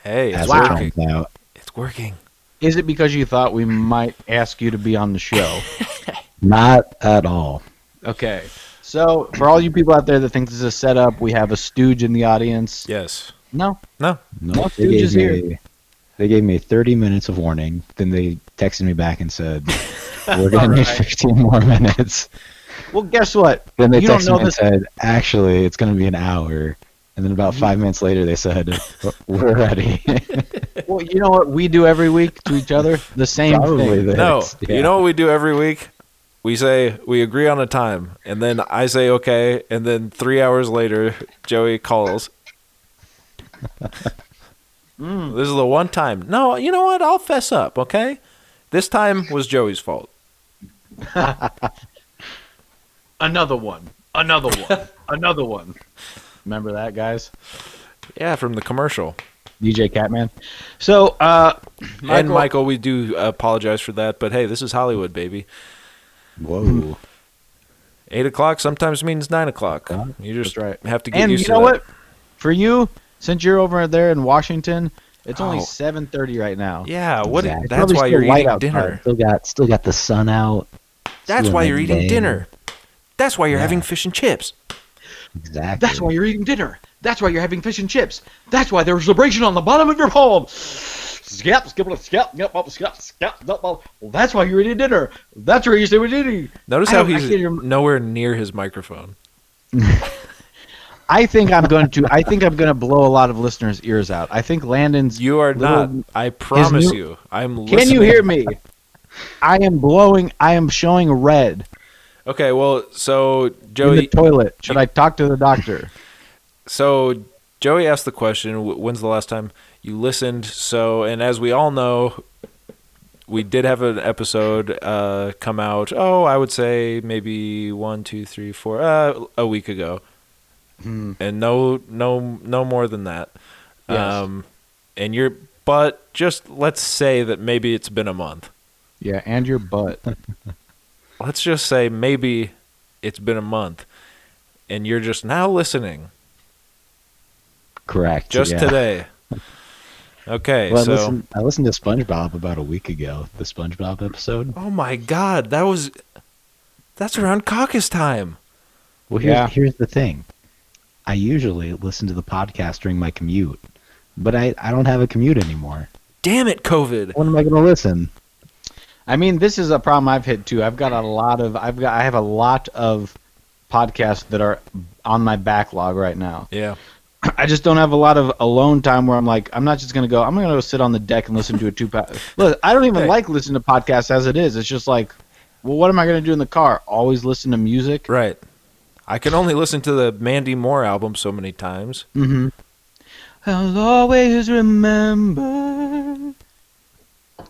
S1: Hey, it's
S3: As
S2: Wow.
S3: it
S1: working.
S3: turns out,
S1: It's working.
S2: Is it because you thought we might ask you to be on the show?
S3: not at all.
S2: okay. So, for all you people out there that think this is a setup, we have a stooge in the audience.
S1: Yes.
S2: No.
S3: No,
S2: Let's
S3: they
S2: do
S3: gave
S2: just
S3: me
S2: here.
S3: they gave me 30 minutes of warning. Then they texted me back and said, "We're gonna need 15 more minutes."
S2: Well, guess what?
S3: Then they
S2: You don't
S3: texted
S2: know
S3: me and
S2: this-
S3: said, "Actually, it's gonna be an hour." And then about five minutes later, they said, "We're ready."
S2: Well, you know what we do every week to each other? The same
S3: Probably
S2: thing.
S3: this.
S1: No,
S3: Yeah.
S1: you know what we do every week? We say we agree on a time, and then I say okay, and then three hours later, Joey calls.
S2: Mm.
S1: This is the one time. No, you know what? I'll fess up. Okay, this time was Joey's fault.
S2: Another one. Another one. Another one. Remember that, guys?
S1: Yeah, from the commercial.
S2: DJ Catman. So, uh,
S1: And
S2: Michael-
S1: Michael, we do apologize for that, but hey, this is Hollywood, baby.
S3: Whoa!
S1: Eight o'clock sometimes means nine o'clock. You just
S2: That's right.
S1: have to get
S2: and
S1: used
S2: you know
S1: to
S2: what? For you, since you're over there in Washington, it's only
S1: Oh.
S2: 7:30 right now.
S1: that. Yeah, what?
S3: Exactly.
S1: That's
S2: Probably
S1: why
S2: still
S1: you're
S2: light
S1: eating
S2: outside.
S1: dinner.
S3: Still got still got the sun out.
S1: That's
S3: Still
S1: why
S3: in
S1: you're
S3: the
S1: eating
S3: day.
S1: dinner. That's why you're
S3: Yeah.
S1: having fish and chips.
S3: Exactly.
S8: That's why you're eating dinner. That's why you're having fish and chips. That's why there's abrasion on the bottom of your palm. Skip, skip, skip, skip, up, skip, skip, up, up. Well, that's why you're eating dinner. That's where you say we're eating.
S1: Notice
S2: I
S1: how
S2: don't- I
S1: he's
S2: can't rem-
S1: nowhere near his microphone.
S2: I think I'm going to. I think I'm going to blow a lot of listeners' ears out. I think Landon's.
S1: You are
S2: little-
S1: not. I promise
S2: new-
S1: you. I'm listening.
S2: Can you hear me? I am blowing. I am showing red
S1: Okay, well, so
S2: in the
S1: Joey,
S2: toilet. Should I talk to the doctor?
S1: so Joey asked the question, "Wh- when's the last time you listened? So, and as we all know, we did have an episode uh, come out, oh, I would say maybe one, two, three, four, uh, a week ago. And no, no, no more than that.
S2: Yes.
S1: Um, and you're, but just let's say that maybe it's been a month.
S2: Yeah, and your butt.
S1: let's just say maybe it's been a month and you're just now listening
S3: correct.
S1: just
S3: yeah.
S1: today. Okay,
S3: Well,
S1: so
S3: I, listened, I listened to SpongeBob about a week ago. The SpongeBob episode.
S1: oh my god, that was that's around caucus time.
S3: Well, here's,
S2: Yeah.
S3: here's the thing. I usually listen to the podcast during my commute, but I, I don't have a commute anymore.
S1: Damn it, COVID.
S3: When am I going to listen?
S2: I mean, this is a problem I've hit too. I've got a lot of. I've got. I have a lot of podcasts that are on my backlog right now.
S1: Yeah.
S2: I just don't have a lot of alone time where I'm like, I'm not just gonna go. I'm gonna go sit on the deck and listen to a two pack. Look, I don't even
S1: Hey.
S2: like listening to podcasts as it is. It's just like, well, what am I gonna do in the car? Always listen to music.
S1: Right. I can only listen to the Mandy Moore album so many times.
S2: Mm-hmm.
S8: I'll always remember.
S3: Oh.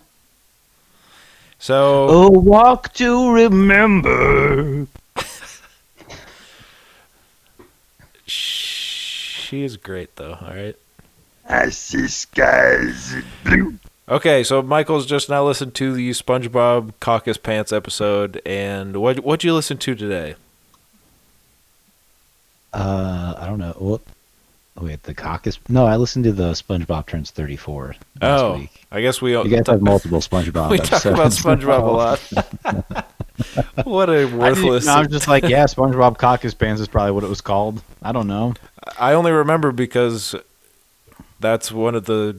S1: So
S8: A walk to remember.
S1: she is great, though. All right.
S4: I see skies blue.
S1: Okay, so Michael's just now listened to the SpongeBob Caucus Pants episode, and what what you listen to today?
S3: Uh, I don't know. Well, oh, wait, the caucus. No, I listened to the SpongeBob turns 34 last
S1: oh,
S3: week.
S1: I guess we
S3: You guys have multiple SpongeBob
S1: we
S3: episodes.
S1: talk about SpongeBob a lot. what a
S2: I, didn't-
S1: worthless!
S2: no, I was just like, yeah, SpongeBob Caucus Pants is probably what it was called. I don't know.
S1: I only remember because that's one of the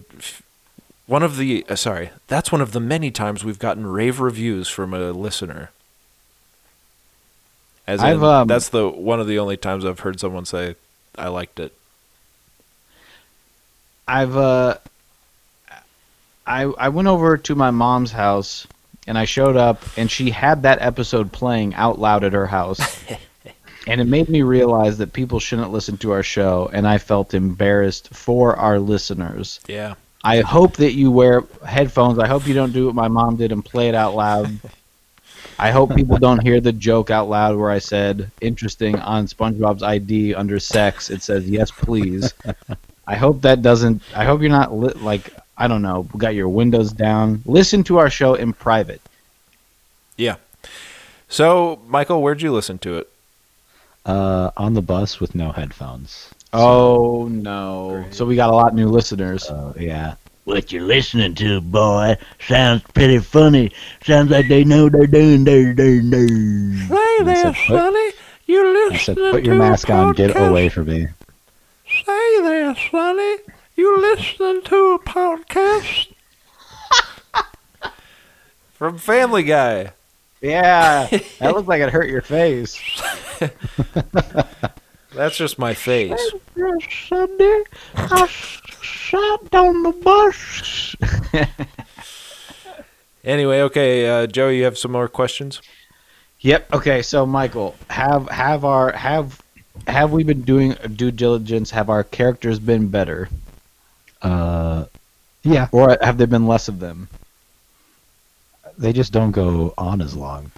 S1: one of the uh, sorry that's one of the many times we've gotten rave reviews from a listener. As
S2: I've,
S1: in,
S2: um,
S1: that's the one of the only times I've heard someone say I liked it.
S2: I've uh, I I went over to my mom's house and I showed up and she had that episode playing out loud at her house. And it made me realize that people shouldn't listen to our show, and I felt embarrassed for our listeners.
S1: Yeah.
S2: I hope that you wear headphones. I hope you don't do what my mom did and play it out loud. I hope people don't hear the joke out loud where I said, interesting, on SpongeBob's ID under sex, it says, yes, please. I hope that doesn't, I hope you're not, li- like, I don't know, got your windows down. Listen to our show in private.
S1: So, Michael, where'd you listen to it?
S3: Uh, on the bus with no headphones.
S2: Oh, no. So we got a lot of new listeners.
S3: So, yeah.
S6: What you listening to, boy? Sounds pretty funny. Sounds like they know they're doing their doing their.
S7: Hey
S3: And I
S7: there,
S3: said, "Put-"
S7: Sonny. You
S3: I
S7: listening
S3: said, put your
S7: to a
S3: mask on. Get
S7: podcast?
S3: away from me.
S7: Hey there, Sonny. You listening to a podcast?
S1: From Family Guy.
S2: Yeah. That looked like it hurt your face.
S1: That's just my face.
S7: Yes, Sonny. I s- sat on the bus.
S1: Anyway, okay, uh, Joe, you have some more questions?
S2: Yep. Okay. So, Michael, have have our have have we been doing due diligence? Have our characters been better,
S3: Uh, yeah.
S2: or have there been less of them?
S3: They just don't go on as long,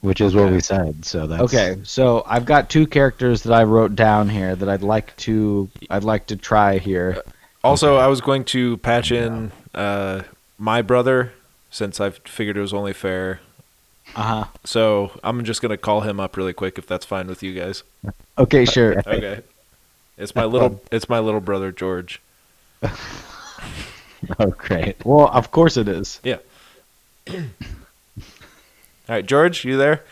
S3: which is what we said. So that's
S2: Okay. So, I've got two characters that I wrote down here that I'd like to I'd like to try here.
S1: Also, I was going to patch in uh, my brother since I figured it was only fair.
S2: Uh huh.
S1: So I'm just going to call him up really quick if that's fine with you guys.
S2: Okay. Sure.
S1: Okay. It's my little it's my little brother George.
S3: Oh, great.
S2: Well, of course it is.
S1: Yeah. All right, George, you there?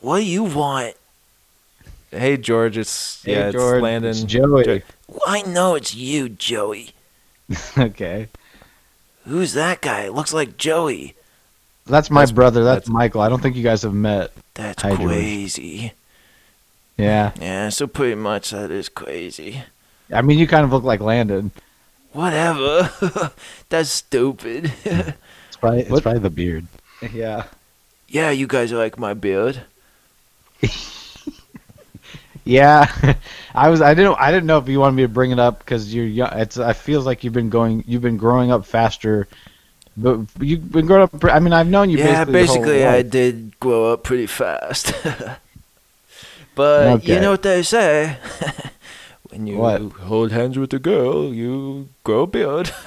S5: What do you want?
S1: Hey George, it's
S2: Hey,
S1: yeah,
S2: George,
S1: it's Landon.
S2: it's Joey.
S1: Jo-
S5: I know it's you, Joey.
S2: Okay.
S5: Who's that guy? Looks like Joey.
S2: That's my brother. That's,
S1: that's-
S2: Michael. I don't think you guys have met.
S5: That's
S3: Hi, George.
S5: crazy.
S2: Yeah.
S5: Yeah, so pretty much that is crazy.
S2: I mean, you kind of look like Landon.
S5: Whatever. That's stupid.
S3: It's probably, it's
S2: What-
S3: probably the beard.
S2: Yeah.
S5: yeah, you guys like my beard.
S2: Yeah, I was. I didn't. I didn't know if you wanted me to bring it up because you're young. It's. I feels like you've been going. You've been growing up faster. But you've been growing up. pre- I mean, I've known you.
S5: yeah,
S2: basically, your whole
S5: basically, I
S2: life.
S5: did grow up pretty fast. but
S2: Okay.
S5: you know what they say. when you
S2: What?
S5: hold hands with a girl, you grow a beard.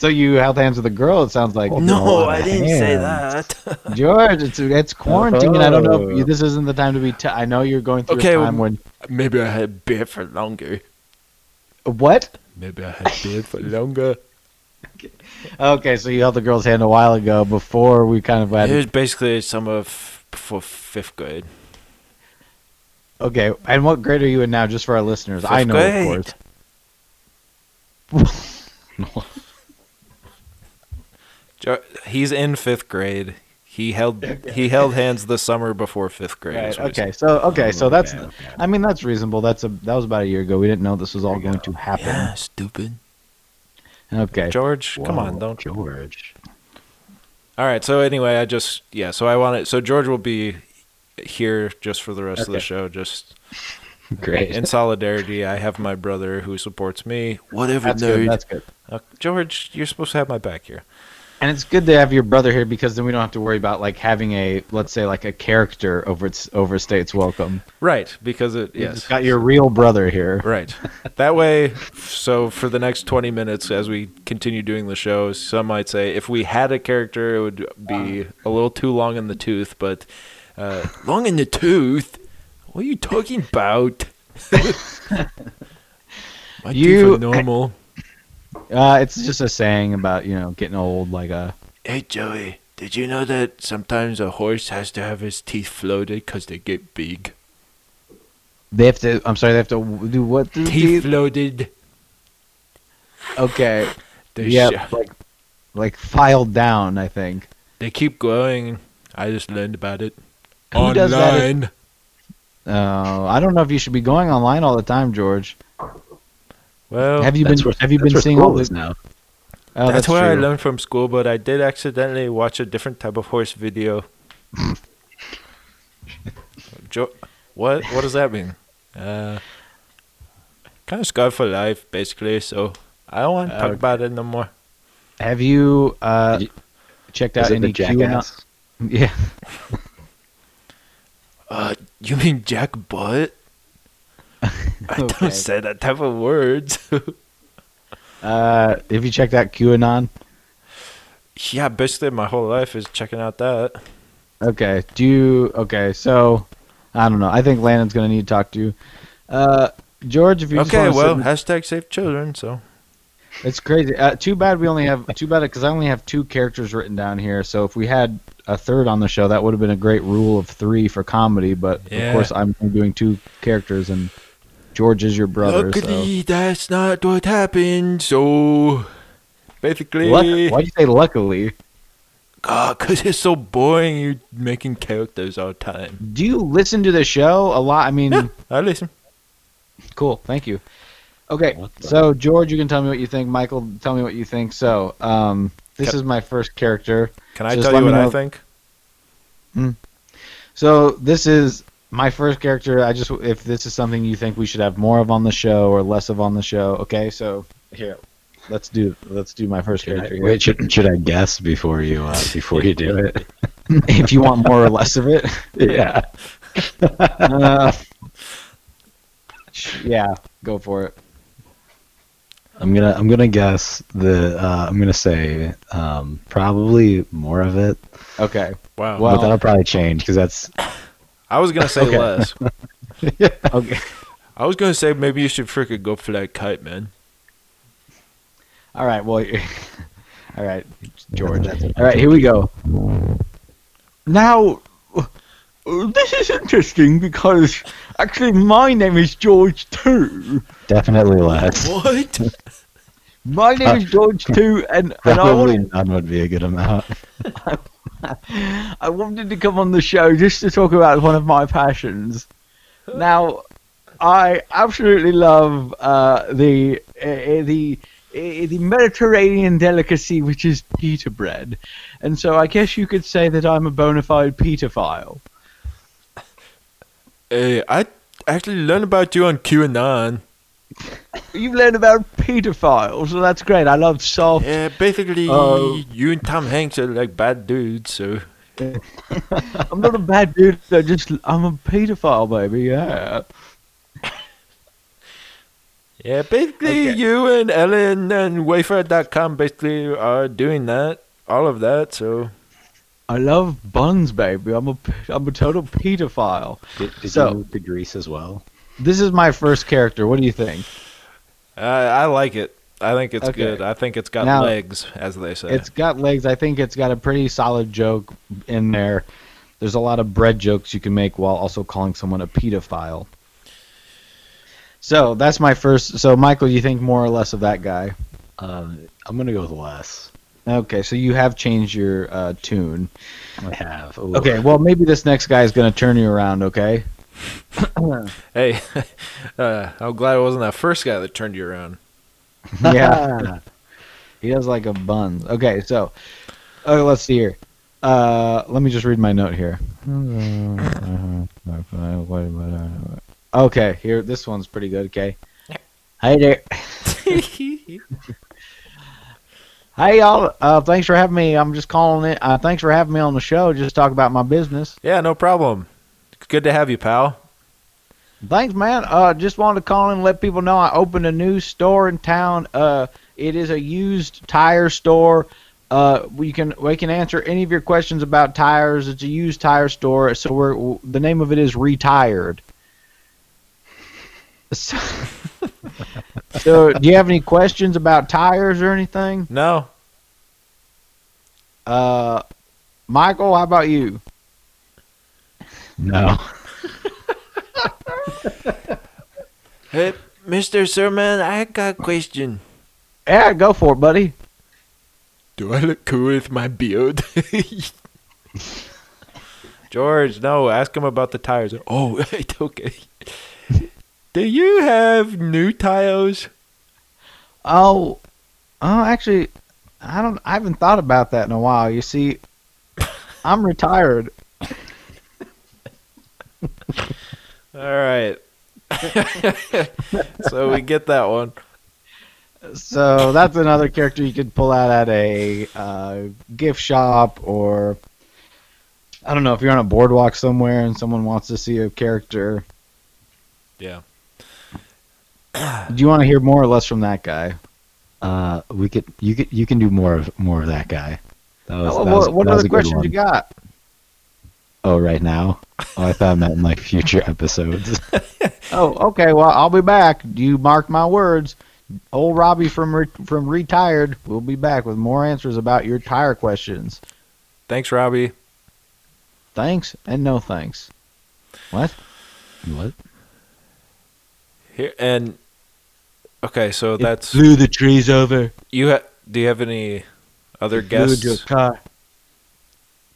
S2: so you held hands with a girl. It sounds like
S1: Oh,
S5: no, I didn't say
S3: hands.
S5: that.
S2: George. It's it's quarantine. and I don't
S1: Oh.
S2: know. if you, This isn't the time to be. T- I know you're going through
S5: Okay,
S2: a time when.
S5: Maybe I had beard for longer.
S2: What?
S5: Maybe I had beard for longer.
S2: Okay, so you held the girl's hand a while ago before we kind of
S5: It
S2: had.
S5: was basically summer f- before fifth grade.
S2: Okay, and what grade are you in now? Just for our listeners, I
S5: Fifth
S2: know,
S5: grade.
S2: of course.
S1: Jo- he's in 5th grade. He held he held hands the summer before 5th grade. is
S2: Right,
S1: what Oh, he said.
S2: okay. So okay. So that's.
S3: Okay,
S2: I mean that's reasonable. That's a that was about a year ago. We didn't know this was all going to happen.
S5: Yeah, stupid.
S2: Okay.
S1: George, come
S3: Whoa,
S1: on, don't.
S3: George.
S1: All right. So anyway, I just yeah. So I want it. So George will be here just for the rest of the show. Just
S3: Great.
S1: in solidarity. I have my brother who supports me. Whatever.
S2: That's
S1: nerd.
S2: good. That's good.
S1: Uh, George, you're supposed to have my back here.
S2: And it's good to have your brother here because then we don't have to worry about like having a let's say like a character over its overstates welcome.
S1: Right. Because it
S2: You
S1: yes.
S2: just got your real brother here.
S1: Right. That way, so for the next 20 minutes as we continue doing the show, some might say if we had a character, it would be a little too long in the tooth, but uh, long in the tooth? What are you talking about? My
S2: You-
S1: teeth are normal.
S2: Uh, it's just a saying about you know getting old. Like uh, a
S1: Hey, Joey, did you know that sometimes a horse has to have his teeth floated because they get big?
S2: they have to. I'm sorry, they have to w- do what? to the
S1: Teeth
S2: teeth?
S1: floated.
S2: Okay.
S1: They,
S2: Yeah.
S1: sh-
S2: Like like filed down. I think.
S1: they keep growing. I just learned about it.
S2: Who does that if-
S1: Online.
S2: Uh, I don't know if you should be going online all the time, George.
S1: Well,
S2: Have you been?
S3: Oh, That's where-
S2: have you
S3: that's
S2: been
S3: where
S2: seeing
S3: school
S2: all
S3: is
S2: this?
S3: now?
S2: Oh,
S1: that's, where I
S2: true.
S1: learned from school, but I did accidentally watch a different type of horse video. jo- what what does that mean? Uh, kind of scarred for life, basically. So I don't want to talk about it no more.
S2: Have you uh,
S3: Did
S2: checked out
S3: Is it
S2: any
S3: the jackass?
S2: QAnon? Yeah.
S1: Uh, you mean Jack Butt? I don't
S2: Okay.
S1: say that type of words.
S2: Uh, have you checked out QAnon?
S1: yeah, basically my whole life is checking out that.
S2: Okay. Do you? Okay. So, I don't know. I think Landon's gonna need to talk to you. Uh, George, if you just
S1: Okay,
S2: wanna sit
S1: well,
S2: in-
S1: hashtag save children. So
S2: it's crazy. Uh, too bad we only have too bad because I only have two characters written down here. So if we had a third on the show, that would have been a great rule of three for comedy. But
S1: Yeah.
S2: of course, I'm doing two characters, and George is your brother. so.
S1: luckily, that's not what happened. So basically,
S2: Luck- Why do you say luckily?
S1: God, cause it's so boring. You making characters all the time.
S2: Do you listen to the show a lot? I mean,
S1: I listen.
S2: Cool. Thank you. Okay,
S3: What the-
S2: so George, you can tell me what you think. Michael, tell me what you think. So, um, this
S1: Ca-
S2: is my first character.
S1: Can I
S2: Just
S1: tell
S2: let
S1: you
S2: me
S1: what I
S2: know-
S1: think?
S2: So, this is my first character. I just, if this is something you think we should have more of on the show or less of on the show, okay? So, here, let's do, let's do my first
S3: Should I,
S2: character. here.
S3: wait, should, should I guess before you uh, before you do it?
S2: if you want more or less of it,
S3: yeah.
S2: uh, yeah, go for it.
S3: I'm gonna I'm gonna guess the uh, I'm gonna say um, probably more of it,
S2: Okay.
S1: Wow.
S2: Well-
S3: but that'll probably change because that's
S1: I was gonna say
S2: Okay.
S1: less.
S2: Okay.
S1: I was gonna say maybe you should freaking go fly a kite, man.
S2: All right. Well, all right, George. All right, here we go.
S8: Now, uh, this is interesting because actually my name is George too.
S3: definitely less.
S1: What?
S8: My name is George too, and, and I,
S3: Probably
S8: wanted,
S3: none would be a good amount.
S8: I wanted to come on the show just to talk about one of my passions. Now, I absolutely love uh, the uh, uh, the uh, the Mediterranean delicacy which is pita bread, and so I guess you could say that I'm a bona fide pitophile.
S1: hey, I actually learned about you on QAnon.
S8: You've learned about pedophiles, well, that's great. I love soft.
S1: Yeah, basically,
S8: Oh.
S1: you and Tom Hanks are like bad dudes. So
S8: I'm not a bad dude. I just I'm a pedophile, baby. Yeah.
S1: yeah, basically, you and Ellen and Wafer.com basically are doing that, all of that. So
S8: I love buns, baby. I'm a p- I'm a total pedophile.
S3: Did, did
S2: So-
S3: you move to Greece as well?
S2: This is my first character. What do you think?
S1: uh, I like it. I think it's
S2: Okay.
S1: good. I think it's got
S2: Now-
S1: legs, as they say.
S2: It's got legs. I think it's got a pretty solid joke in there. There's a lot of bread jokes you can make while also calling someone a pedophile. So that's my first. So Michael, you think more or less of that guy?
S3: Um, I'm gonna go with less.
S2: Okay, so you have changed your uh, tune.
S3: I have. Ooh.
S2: Okay, well maybe this next guy is gonna turn you around. Okay.
S1: Hey, uh, I'm glad it wasn't that first guy that turned you around.
S2: Yeah. he does like a bun. Okay, so okay, oh, let's see here. Uh, let me just read my note here. Okay, here this one's pretty good. Okay. Hi there. Hey y'all. Uh, thanks for having me. I'm just calling it. Uh, thanks for having me on the show. Just to talk about my business.
S1: Yeah, no problem. Good to have you, pal.
S2: Thanks, man. Uh, just wanted to call in and let people know I opened a new store in town. Uh, it is a used tire store. Uh, we can we can answer any of your questions about tires. It's a used tire store, so we're w- the name of it is Retired. So, so do you have any questions about tires or anything?
S1: No,
S2: Uh, Michael, how about you?
S3: No.
S5: Hey, Mr. Sermon, I got a question.
S2: Yeah, go for it, buddy.
S5: Do I look cool with my beard?
S1: George. No, ask him about the tires.
S5: oh, right, okay. Do you have new tires?
S2: Oh, oh, actually, I don't. I haven't thought about that in a while. You see, I'm retired.
S1: All right. so we get that one.
S2: So that's another character you could pull out at a uh, gift shop or I don't know if you're on a boardwalk somewhere and someone wants to see a character.
S1: Yeah.
S2: Do you want to hear more or less from that guy?
S3: Uh, we could you could you can do more of more of that guy. That was,
S2: Oh,
S3: that was-
S2: what what
S3: that was
S2: other
S3: a good
S2: questions
S3: one.
S2: you got?
S3: Oh, right now. Oh, I thought I meant like future episodes.
S2: Oh, okay. Well, I'll be back. You mark my words. Old Robbie from re- from retired will be back with more answers about your tire questions.
S1: Thanks, Robbie.
S2: Thanks and no thanks. What?
S3: what?
S1: Here and okay, so that's
S2: Blew the trees over.
S1: you. Ha- do you have any other
S2: Glued
S1: guests?
S2: your car.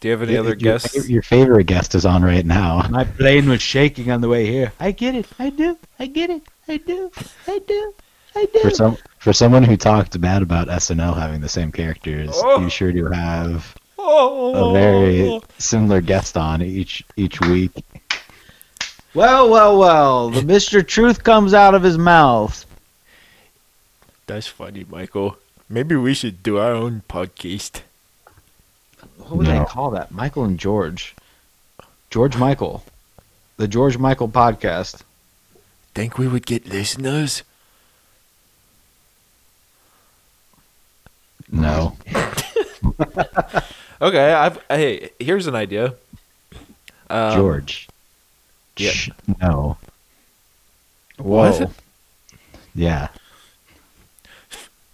S1: Do you have any other
S3: Your- your
S1: guests?
S3: fa- Your favorite guest is on right now.
S2: My plane was shaking on the way here. I get it. I do. I get it. I do. I do. I do.
S3: For some for someone who talked bad about SNL having the same characters,
S1: Oh.
S3: you sure do have a very similar guest on each each week.
S2: well, well, well. The Mr. Truth comes out of his mouth.
S5: That's funny, Michael. Maybe we should do our own podcast.
S2: What would
S3: No.
S2: they call that? Michael and George. George Michael. The George Michael podcast.
S5: Think we would get listeners?
S3: No.
S1: Okay, I've hey. Here's an idea. Um,
S3: George.
S1: yeah.
S3: Sh- No.
S2: Whoa.
S3: Yeah.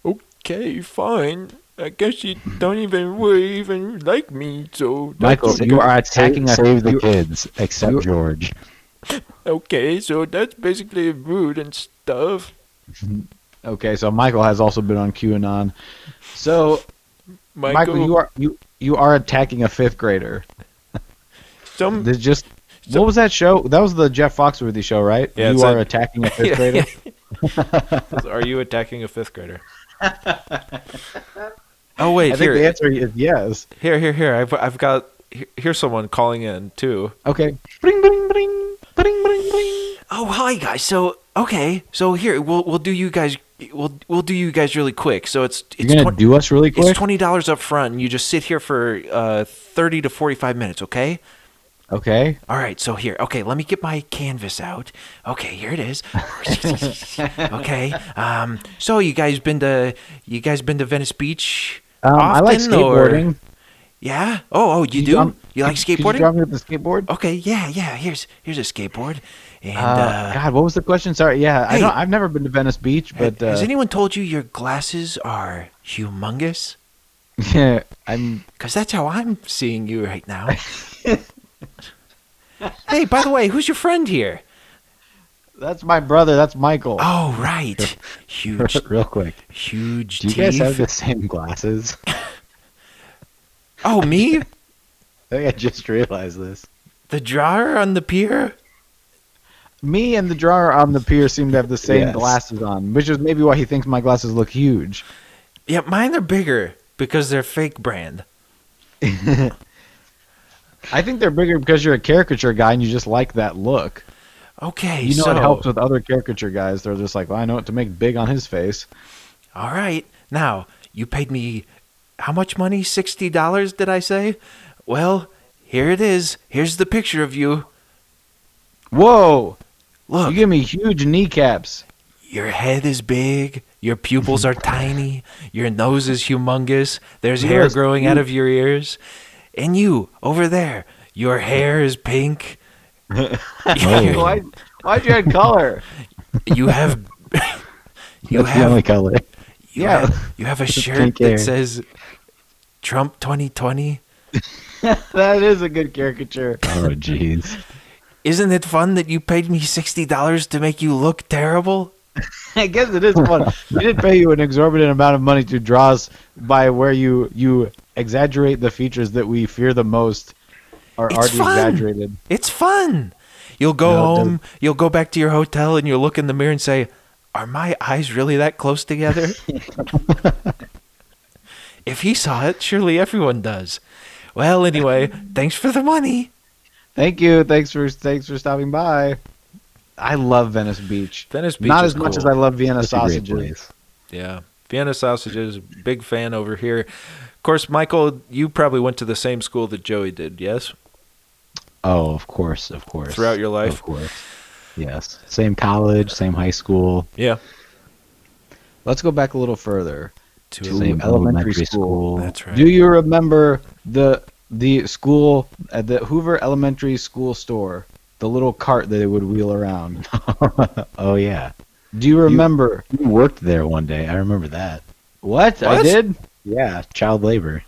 S5: Okay, fine. I guess you don't even really even like me, so
S2: Michael,
S3: Sa-
S2: you are
S3: sa-
S2: attacking us.
S3: Save the
S2: You-
S3: kids, except
S2: you-
S3: George.
S5: okay, so that's basically rude and stuff.
S2: Okay, so Michael has also been on QAnon. So,
S5: Michael,
S2: Michael, you are you you are attacking a fifth grader.
S5: some
S2: There's just
S5: So-
S2: what was that show? That was the Jeff Foxworthy show, right?
S1: Yeah, it's
S2: you are
S1: a-
S2: attacking a fifth grader.
S1: Are you attacking a fifth grader? oh wait,
S2: I think
S1: here,
S2: the answer is yes.
S1: here, here, here. I've I've got here, here's someone calling in too.
S2: Okay. Bring, bring, bring, bring, bring, bring.
S1: Oh hi guys. So okay, so here we'll we'll do you guys we'll we'll do you guys really quick. So it's
S2: You're
S1: it's
S2: gonna do us really
S1: It's
S2: quick.
S1: twenty dollars up front, and you just sit here for uh, thirty to forty-five minutes. Okay.
S2: okay.
S1: All right. So here, okay, let me get my canvas out. Okay, here it is. okay. Um. So you guys been to you guys been to Venice Beach?
S2: Um, I like
S1: often, or-
S2: skateboarding.
S1: Yeah. Oh. Oh. You, do.
S2: um,
S1: you like
S2: Could you
S1: skateboarding?
S2: drive me with the skateboard?
S1: okay. Yeah. Yeah. Here's here's a skateboard. And
S2: Uh,
S1: uh,
S2: God, what was the question? Sorry. Yeah, I
S1: hey.
S2: don't, I've never been to Venice Beach,
S1: ha-
S2: but uh,
S1: has anyone told you your glasses are humongous?
S2: yeah, I'm.
S1: Because that's how I'm seeing you right now. hey, by the way, who's your friend here?
S2: That's my brother. That's Michael.
S1: Oh, right. Huge,
S3: Real quick.
S1: huge
S3: Do you
S1: teeth.
S3: guys have the same glasses?
S1: oh, me?
S3: I think I just realized this.
S1: The drawer on the pier?
S2: Me and the drawer on the pier seem to have the same
S3: Yes.
S2: glasses on, which is maybe why he thinks my glasses look huge.
S1: Yeah, mine are bigger because they're fake brand.
S2: I think they're bigger because you're a caricature guy and you just like that look.
S1: Okay,
S2: You know
S1: so
S2: it helps with other caricature guys. They're just like, well, I know what to make big on his face.
S1: all right. Now you paid me how much money? Sixty dollars, did I say? Well, here it is. Here's the picture of you.
S2: Whoa!
S1: Look,
S2: You give me huge kneecaps.
S1: your head is big. Your pupils are tiny. Your nose is humongous. There's hair
S2: Yes,
S1: growing out of your ears. And you, over there, your hair is pink.
S2: Why? Why'd you add color?
S1: you have you
S3: That's the
S1: have
S3: only color.
S1: you
S2: yeah.
S1: have, you have a shirt
S3: pink
S1: that
S3: hair.
S1: says Trump 2020.
S2: that is a good caricature.
S3: Oh, jeez.
S1: Isn't it fun that you paid me sixty dollars to make you look terrible?
S2: I guess it is fun. we did pay you an exorbitant amount of money to draw us by where you you exaggerate the features that we fear the most are
S1: It's
S2: already
S1: fun.
S2: exaggerated.
S1: It's fun. You'll go
S2: No, it
S1: home. You'll go back to your hotel, and you'll look in the mirror and say, "Are my eyes really that close together?" if he saw it, surely everyone does. Well, anyway, thanks for the money.
S2: Thank you. Thanks for thanks for stopping by. I love Venice Beach.
S1: Venice
S2: Not as much as I love Vienna
S3: That's a great
S2: sausages.
S3: place.
S1: Yeah. Vienna sausages, big fan over here. Of course, Michael, you probably went to the same school that Joey did, yes?
S3: Oh, of course, of course.
S1: Throughout your life?
S3: Of course. Yes. Same college, same high school,
S1: Yeah.
S2: Let's go back a little further.
S1: To
S3: same
S2: elementary
S3: elementary
S2: school.
S3: school.
S1: That's right.
S2: Do you remember the the school at the Hoover Elementary School store? The little cart that they would wheel around.
S3: oh, yeah.
S2: Do you remember
S3: You worked there one day. I remember that.
S2: what, I
S1: What?
S2: did?
S3: Yeah, child labor.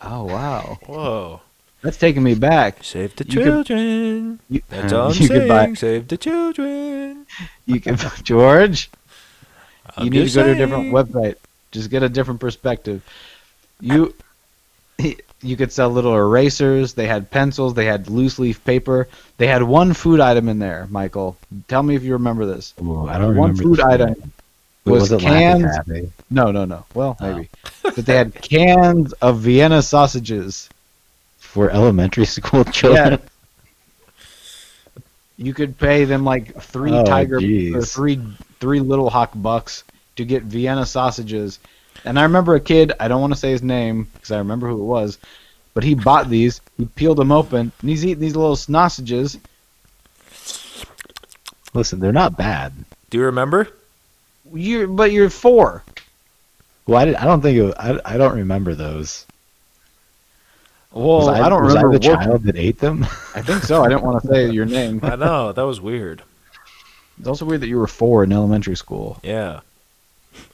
S2: Oh wow,
S1: Whoa.
S2: that's taking me back.
S1: Save the
S2: You could-
S1: children.
S2: You,
S1: That's all I'm
S2: you
S1: saying.
S2: could buy.
S1: Save the children.
S2: You could, George.
S1: I'm
S2: you need to
S1: just
S2: go to a different
S1: saying.
S2: website. Just get a different perspective. You you could sell little erasers. They had pencils. They had loose leaf paper. They had one food item in there, Michael. Tell me if you remember this.
S3: Ooh, I don't
S2: one
S3: remember.
S2: food
S3: this
S2: item
S3: one.
S2: was
S3: it Laffy
S2: canned-
S3: Taffy?
S2: No, no, no. Well,
S3: Oh.
S2: maybe. But they had cans of Vienna sausages.
S3: for elementary school children.
S2: You could pay them like three
S3: Oh,
S2: tiger
S3: geez.
S2: or three three little hawk bucks to get Vienna sausages. And I remember a kid, I don't want to say his name because I remember who it was, but he bought these, he peeled them open, and he's eating these little sausages.
S3: Listen, they're not bad.
S1: Do you remember?
S2: You but you're 4.
S3: Well, I, did- I don't think it was, I, I don't remember those.
S2: Well,
S3: was
S2: I, don't
S3: was
S2: remember
S3: I the
S2: working-
S3: child that ate them.
S2: I think so. I didn't want to say your name.
S1: I know. That was weird.
S2: It's also weird that you were 4 in elementary school.
S1: Yeah.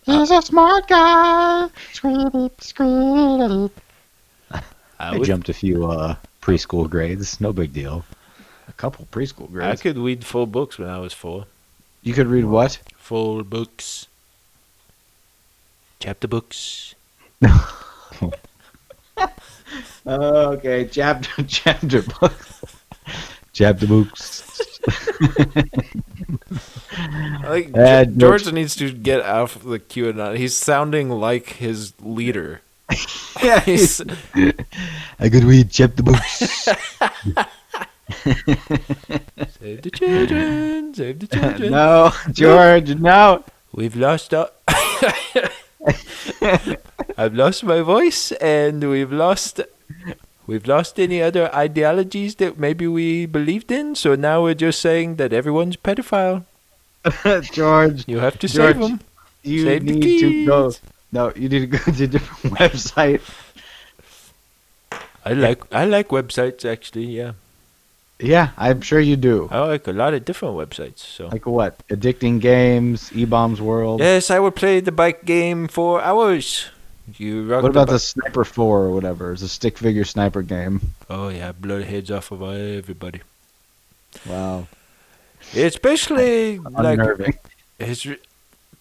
S7: He's a smart guy. Squeedy, squeedy.
S1: I,
S3: I,
S1: would,
S3: jumped a few uh, preschool grades. No big deal.
S2: A couple preschool
S1: I
S2: grades.
S1: could read full books when I was four.
S2: You could read what?
S1: Full books. Chapter books.
S2: Okay, chapter chapter book.
S3: Jabbed the books.
S1: I think
S3: Uh,
S1: Ge- George needs to get out of the QAnon. He's sounding like his leader.
S2: Yeah,
S1: He's,
S3: I could read Jabbed the books.
S1: save the children, save the children.
S2: No, George, no.
S1: We've lost our. I've lost my voice, and we've lost. We've lost any other ideologies that maybe we believed in, so now we're just saying that everyone's pedophile.
S2: George,
S1: You have to
S2: George,
S1: save them.
S2: you
S1: Save the
S2: need to go.
S1: kids.
S2: No, you need to go to a different website.
S1: I like I like websites actually. Yeah,
S2: Yeah, I'm sure you do.
S1: I like a lot of different websites. So
S2: Like what? Addicting Games, E Bombs World.
S1: yes, I would play the bike game for hours. You rock
S2: What about
S1: bi-
S2: the Sniper 4 or whatever? It's a stick figure sniper game.
S1: Oh yeah, blow the heads off of everybody.
S2: Wow.
S1: It's basically like
S2: Unnerving.
S1: it's re-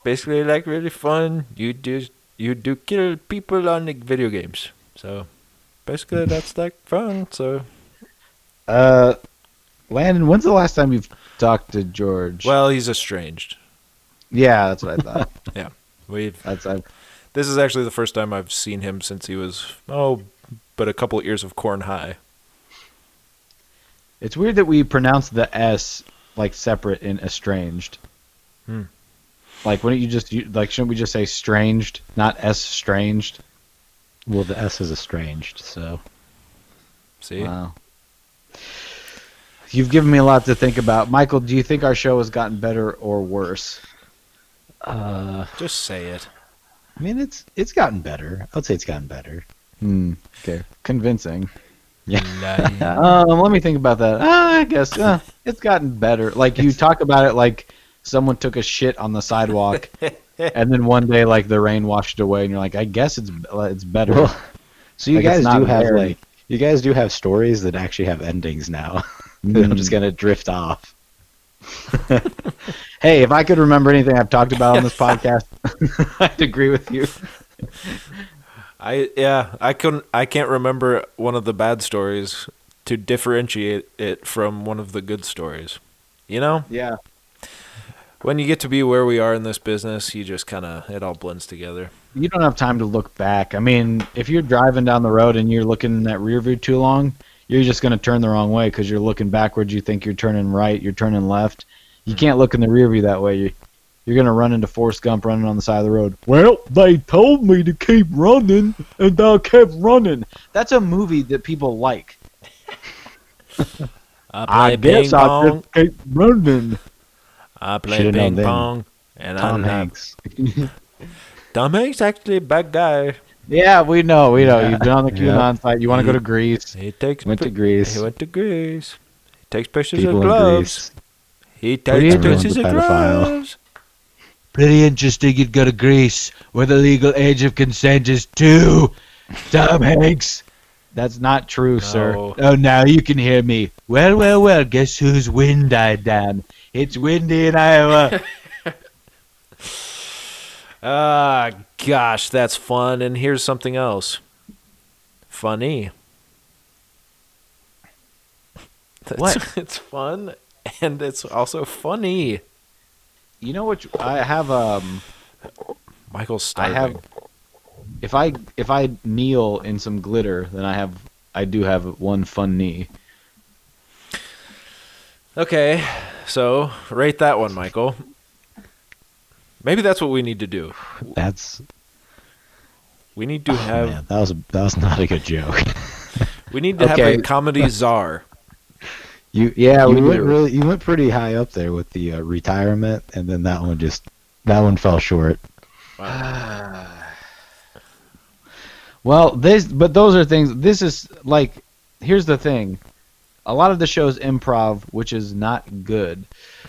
S1: basically like really fun. You do you do kill people on the video games. So basically that's like fun. So
S2: Uh, Landon, when's the last time you've talked to George?
S1: well, he's estranged.
S2: yeah, that's what I thought.
S1: We've
S2: that's I,
S1: this is actually the first time I've seen him since he was oh, but a couple of years of corn high.
S2: It's weird that we pronounce the S like separate in estranged.
S1: Hmm.
S2: Like, wouldn't you just you, like? Shouldn't we just say stranged, not S stranged?
S3: Well, the S is estranged, so
S1: See?
S2: Wow. You've given me a lot to think about, Michael. Do you think our show has gotten better or worse?
S3: uh,
S1: Just say it.
S3: I mean it's it's gotten better. I'd say it's gotten better.
S2: Hmm. Okay. Convincing.
S1: Lying.
S2: Um, let me think about that. Ah, I guess uh, it's gotten better. Like you talk about it like someone took a shit on the sidewalk, and then one day like the rain washed it away, and you're like, I guess it's it's better.
S3: Well, So you
S2: Like, it's
S3: guys
S2: not
S3: do have
S2: very-
S3: like you guys do have stories that actually have endings now. I'm just gonna drift off.
S2: hey, if I could remember anything I've talked about on this podcast, I'd agree with you.
S1: I yeah, I couldn't I can't remember one of the bad stories to differentiate it from one of the good stories. You know?
S2: Yeah.
S1: When you get to be where we are in this business, you just kind of it all blends together.
S2: You don't have time to look back. I mean, if you're driving down the road and you're looking in that rear view too long, you're just going to turn the wrong way because you're looking backwards. You think you're turning right, you're turning left. You can't look in the rear view that way. You, you're going to run into Forrest Gump running on the side of the road. Well, they told me to keep running, and I kept running. That's a movie that people like. I,
S1: I play ping
S2: guess I
S1: pong.
S2: just keep running.
S1: I play
S3: Should've known
S1: ping
S3: then.
S1: pong, and
S3: Tom
S1: I'm not.
S3: Hanks.
S1: Tom Hanks actually a bad guy.
S2: Yeah, we know, we know. You've been on the QAnon site. You want to
S3: Mm-hmm.
S2: go to Greece.
S1: He takes
S3: Went to
S1: pic-
S3: Greece.
S1: He went to Greece. He takes pictures
S3: People
S1: of
S3: in
S1: gloves.
S3: Greece.
S1: He
S3: Pretty
S1: takes
S3: everyone's
S1: pictures
S3: a
S1: of
S3: pedophile.
S1: gloves.
S8: Pretty interesting you'd go to Greece, where the legal age of consent is two. Tom Hanks.
S2: That's not true, sir.
S1: No.
S8: Oh, now you can hear me. Well, well, well, guess whose wind died down? It's windy in Iowa.
S1: Ah, gosh, that's fun. And here's something else. Funny. That's,
S2: What?
S1: It's fun, and it's also funny.
S2: You know what? you- I have um.
S1: Michael's
S2: I
S1: starving.
S2: have. If I if I kneel in some glitter, then I have I do have one fun knee.
S1: Okay, so rate that one, Michael. Maybe that's what we need to do.
S3: That's
S1: We need to
S3: oh,
S1: have
S3: man, that was that was not a good joke.
S1: we need to have
S2: Okay.
S1: a comedy czar.
S3: You
S2: Yeah,
S3: you went really you went pretty high up there with the uh, retirement, and then that one just that one fell short.
S2: Well, this but those are things. This is like here's the thing. A lot of the show's improv, which is not good.